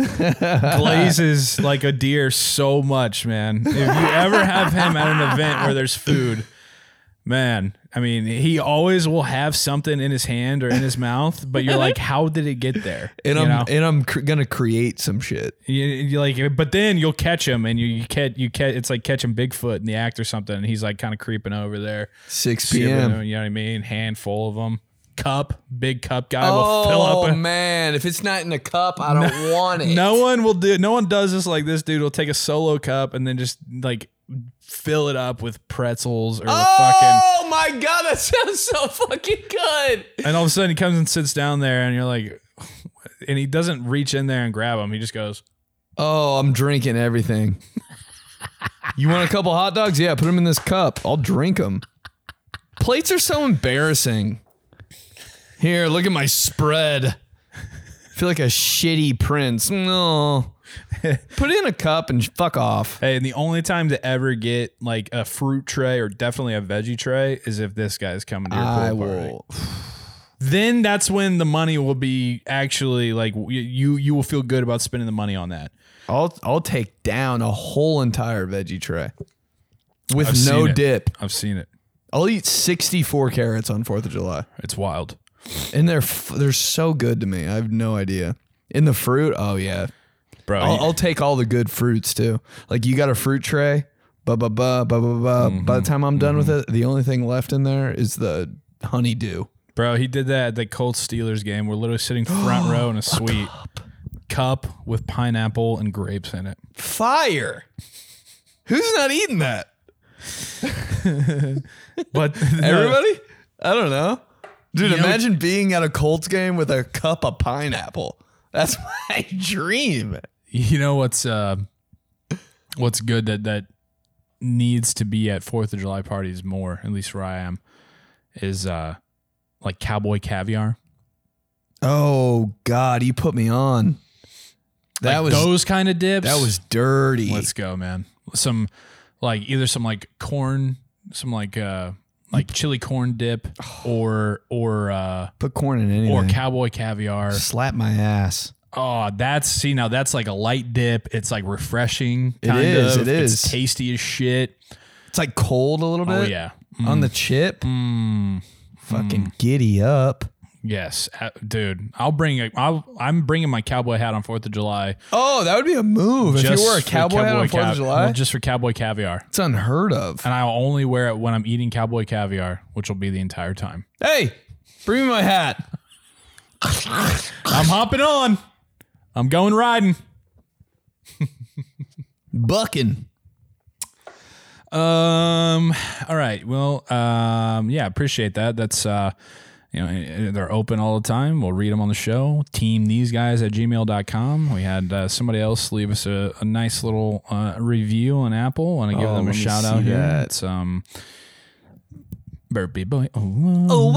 [SPEAKER 2] glazes like a deer so much, man. If you ever have him at an event where there's food, man, I mean, he always will have something in his hand or in his mouth, but you're like, how did it get there?
[SPEAKER 1] and
[SPEAKER 2] you
[SPEAKER 1] I'm
[SPEAKER 2] know?
[SPEAKER 1] and I'm cr- gonna create some shit.
[SPEAKER 2] You- you like, but then you'll catch him and you, you catch, you catch, it's like catching Bigfoot in the act or something. And he's like kind of creeping over there.
[SPEAKER 1] 6
[SPEAKER 2] You
[SPEAKER 1] p.m.
[SPEAKER 2] know what I mean? Handful of them. Cup, big cup guy
[SPEAKER 1] Oh,
[SPEAKER 2] will fill up. a-
[SPEAKER 1] man, if it's not in a cup, I don't want it.
[SPEAKER 2] No one will do. No one does this like this dude will take a solo cup and then just like fill it up with pretzels or fucking.
[SPEAKER 1] Oh my god, that sounds so fucking good.
[SPEAKER 2] And all of a sudden he comes and sits down there, and you're like, and he doesn't reach in there and grab him. He just goes.
[SPEAKER 1] Oh, I'm drinking everything. you want a couple hot dogs? Yeah, put them in this cup. I'll drink them. Plates are so embarrassing. Here, look at my spread. I feel like a shitty prince. No. Put it in a cup and fuck off.
[SPEAKER 2] Hey, and the only time to ever get like a fruit tray or definitely a veggie tray is if this guy's coming to your
[SPEAKER 1] I
[SPEAKER 2] pool party.
[SPEAKER 1] will
[SPEAKER 2] Then that's when the money will be actually like y- you you will feel good about spending the money on that.
[SPEAKER 1] I'll I'll take down a whole entire veggie tray with
[SPEAKER 2] I've
[SPEAKER 1] no
[SPEAKER 2] seen it.
[SPEAKER 1] dip.
[SPEAKER 2] I've seen it.
[SPEAKER 1] I'll eat 64 carrots on 4th of July.
[SPEAKER 2] It's wild.
[SPEAKER 1] And they're f- they're so good to me. I have no idea. In the fruit, oh yeah.
[SPEAKER 2] Bro,
[SPEAKER 1] I'll, I'll take all the good fruits too. Like you got a fruit tray, ba ba ba ba ba ba.
[SPEAKER 2] Mm-hmm.
[SPEAKER 1] By the time I'm done with it, the only thing left in there is the honeydew.
[SPEAKER 2] Bro, he did that at the Colts Steelers game. We're literally sitting front row in a suite. Cup with pineapple and grapes in it.
[SPEAKER 1] Fire. Who's not eating that?
[SPEAKER 2] But
[SPEAKER 1] Everybody? I don't know. Dude,
[SPEAKER 2] You know-
[SPEAKER 1] imagine being at a Colts game with a cup of pineapple. That's my dream.
[SPEAKER 2] you know what's uh, what's good that that needs to be at Fourth of July parties more, at least where I am, is uh, like cowboy caviar.
[SPEAKER 1] Oh God, you put me on. That
[SPEAKER 2] Like
[SPEAKER 1] was
[SPEAKER 2] those kind of dips.
[SPEAKER 1] that was dirty.
[SPEAKER 2] let's go, man. Some like either some like corn, some like uh like chili corn dip, or or uh
[SPEAKER 1] put corn in anything.
[SPEAKER 2] or cowboy caviar.
[SPEAKER 1] Slap my ass.
[SPEAKER 2] Oh, that's see now that's like a light dip. It's like refreshing.
[SPEAKER 1] It
[SPEAKER 2] Kind
[SPEAKER 1] is,
[SPEAKER 2] Of.
[SPEAKER 1] it
[SPEAKER 2] It's
[SPEAKER 1] is.
[SPEAKER 2] tasty as shit.
[SPEAKER 1] It's like cold a little bit.
[SPEAKER 2] Oh yeah. Mm.
[SPEAKER 1] On the chip. Fucking giddy up.
[SPEAKER 2] Yes, Uh, dude. I'll bring. A, I'll, I'm bringing my cowboy hat on Fourth of July.
[SPEAKER 1] Oh, that would be a move. if
[SPEAKER 2] just
[SPEAKER 1] you were a
[SPEAKER 2] for
[SPEAKER 1] cowboy hat on
[SPEAKER 2] cowboy
[SPEAKER 1] Fourth
[SPEAKER 2] ca-
[SPEAKER 1] of July,
[SPEAKER 2] well, just for cowboy caviar.
[SPEAKER 1] it's unheard of.
[SPEAKER 2] And I'll only wear it when I'm eating cowboy caviar, which will be the entire time.
[SPEAKER 1] Hey, bring me my hat.
[SPEAKER 2] I'm hopping on. I'm going riding.
[SPEAKER 1] Bucking.
[SPEAKER 2] Um. All right. Well. Um. Yeah. Appreciate that. That's. Uh. You know, eh, they're open all the time. We'll read them on the show. Team these guys at gmail.com. We had uh, somebody else leave us a, a nice little uh, review on Apple. Want to give
[SPEAKER 1] Oh,
[SPEAKER 2] them a
[SPEAKER 1] let me
[SPEAKER 2] shout out
[SPEAKER 1] see
[SPEAKER 2] here.
[SPEAKER 1] that.
[SPEAKER 2] It's um, Burpee Boy. Oh,
[SPEAKER 1] Oh,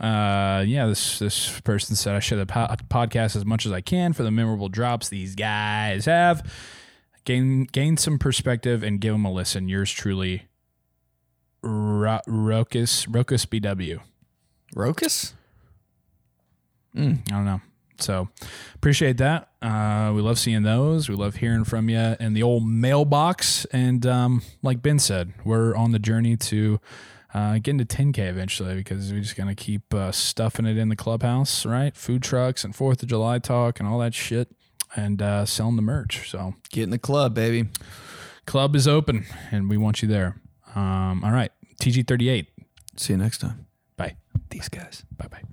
[SPEAKER 1] whoa.
[SPEAKER 2] uh, yeah, this this person said I share the po- podcast as much as I can for the memorable drops these guys have. Gain gain some perspective and give them a listen. Yours truly, Ro- Rokus Rokus BW.
[SPEAKER 1] Rokus?
[SPEAKER 2] I don't know. So appreciate that. Uh, we love seeing those. We love hearing from you in the old mailbox. And um, like Ben said, we're on the journey to uh, getting to 10K eventually because we're just going to keep uh, stuffing it in the clubhouse, right? Food trucks and 4th of July talk and all that shit and uh, selling the merch. So
[SPEAKER 1] Get in the club, baby.
[SPEAKER 2] club is open and we want you there. Um, all right. TG38.
[SPEAKER 1] See you next time.
[SPEAKER 2] Bye.
[SPEAKER 1] These guys.
[SPEAKER 2] Bye bye.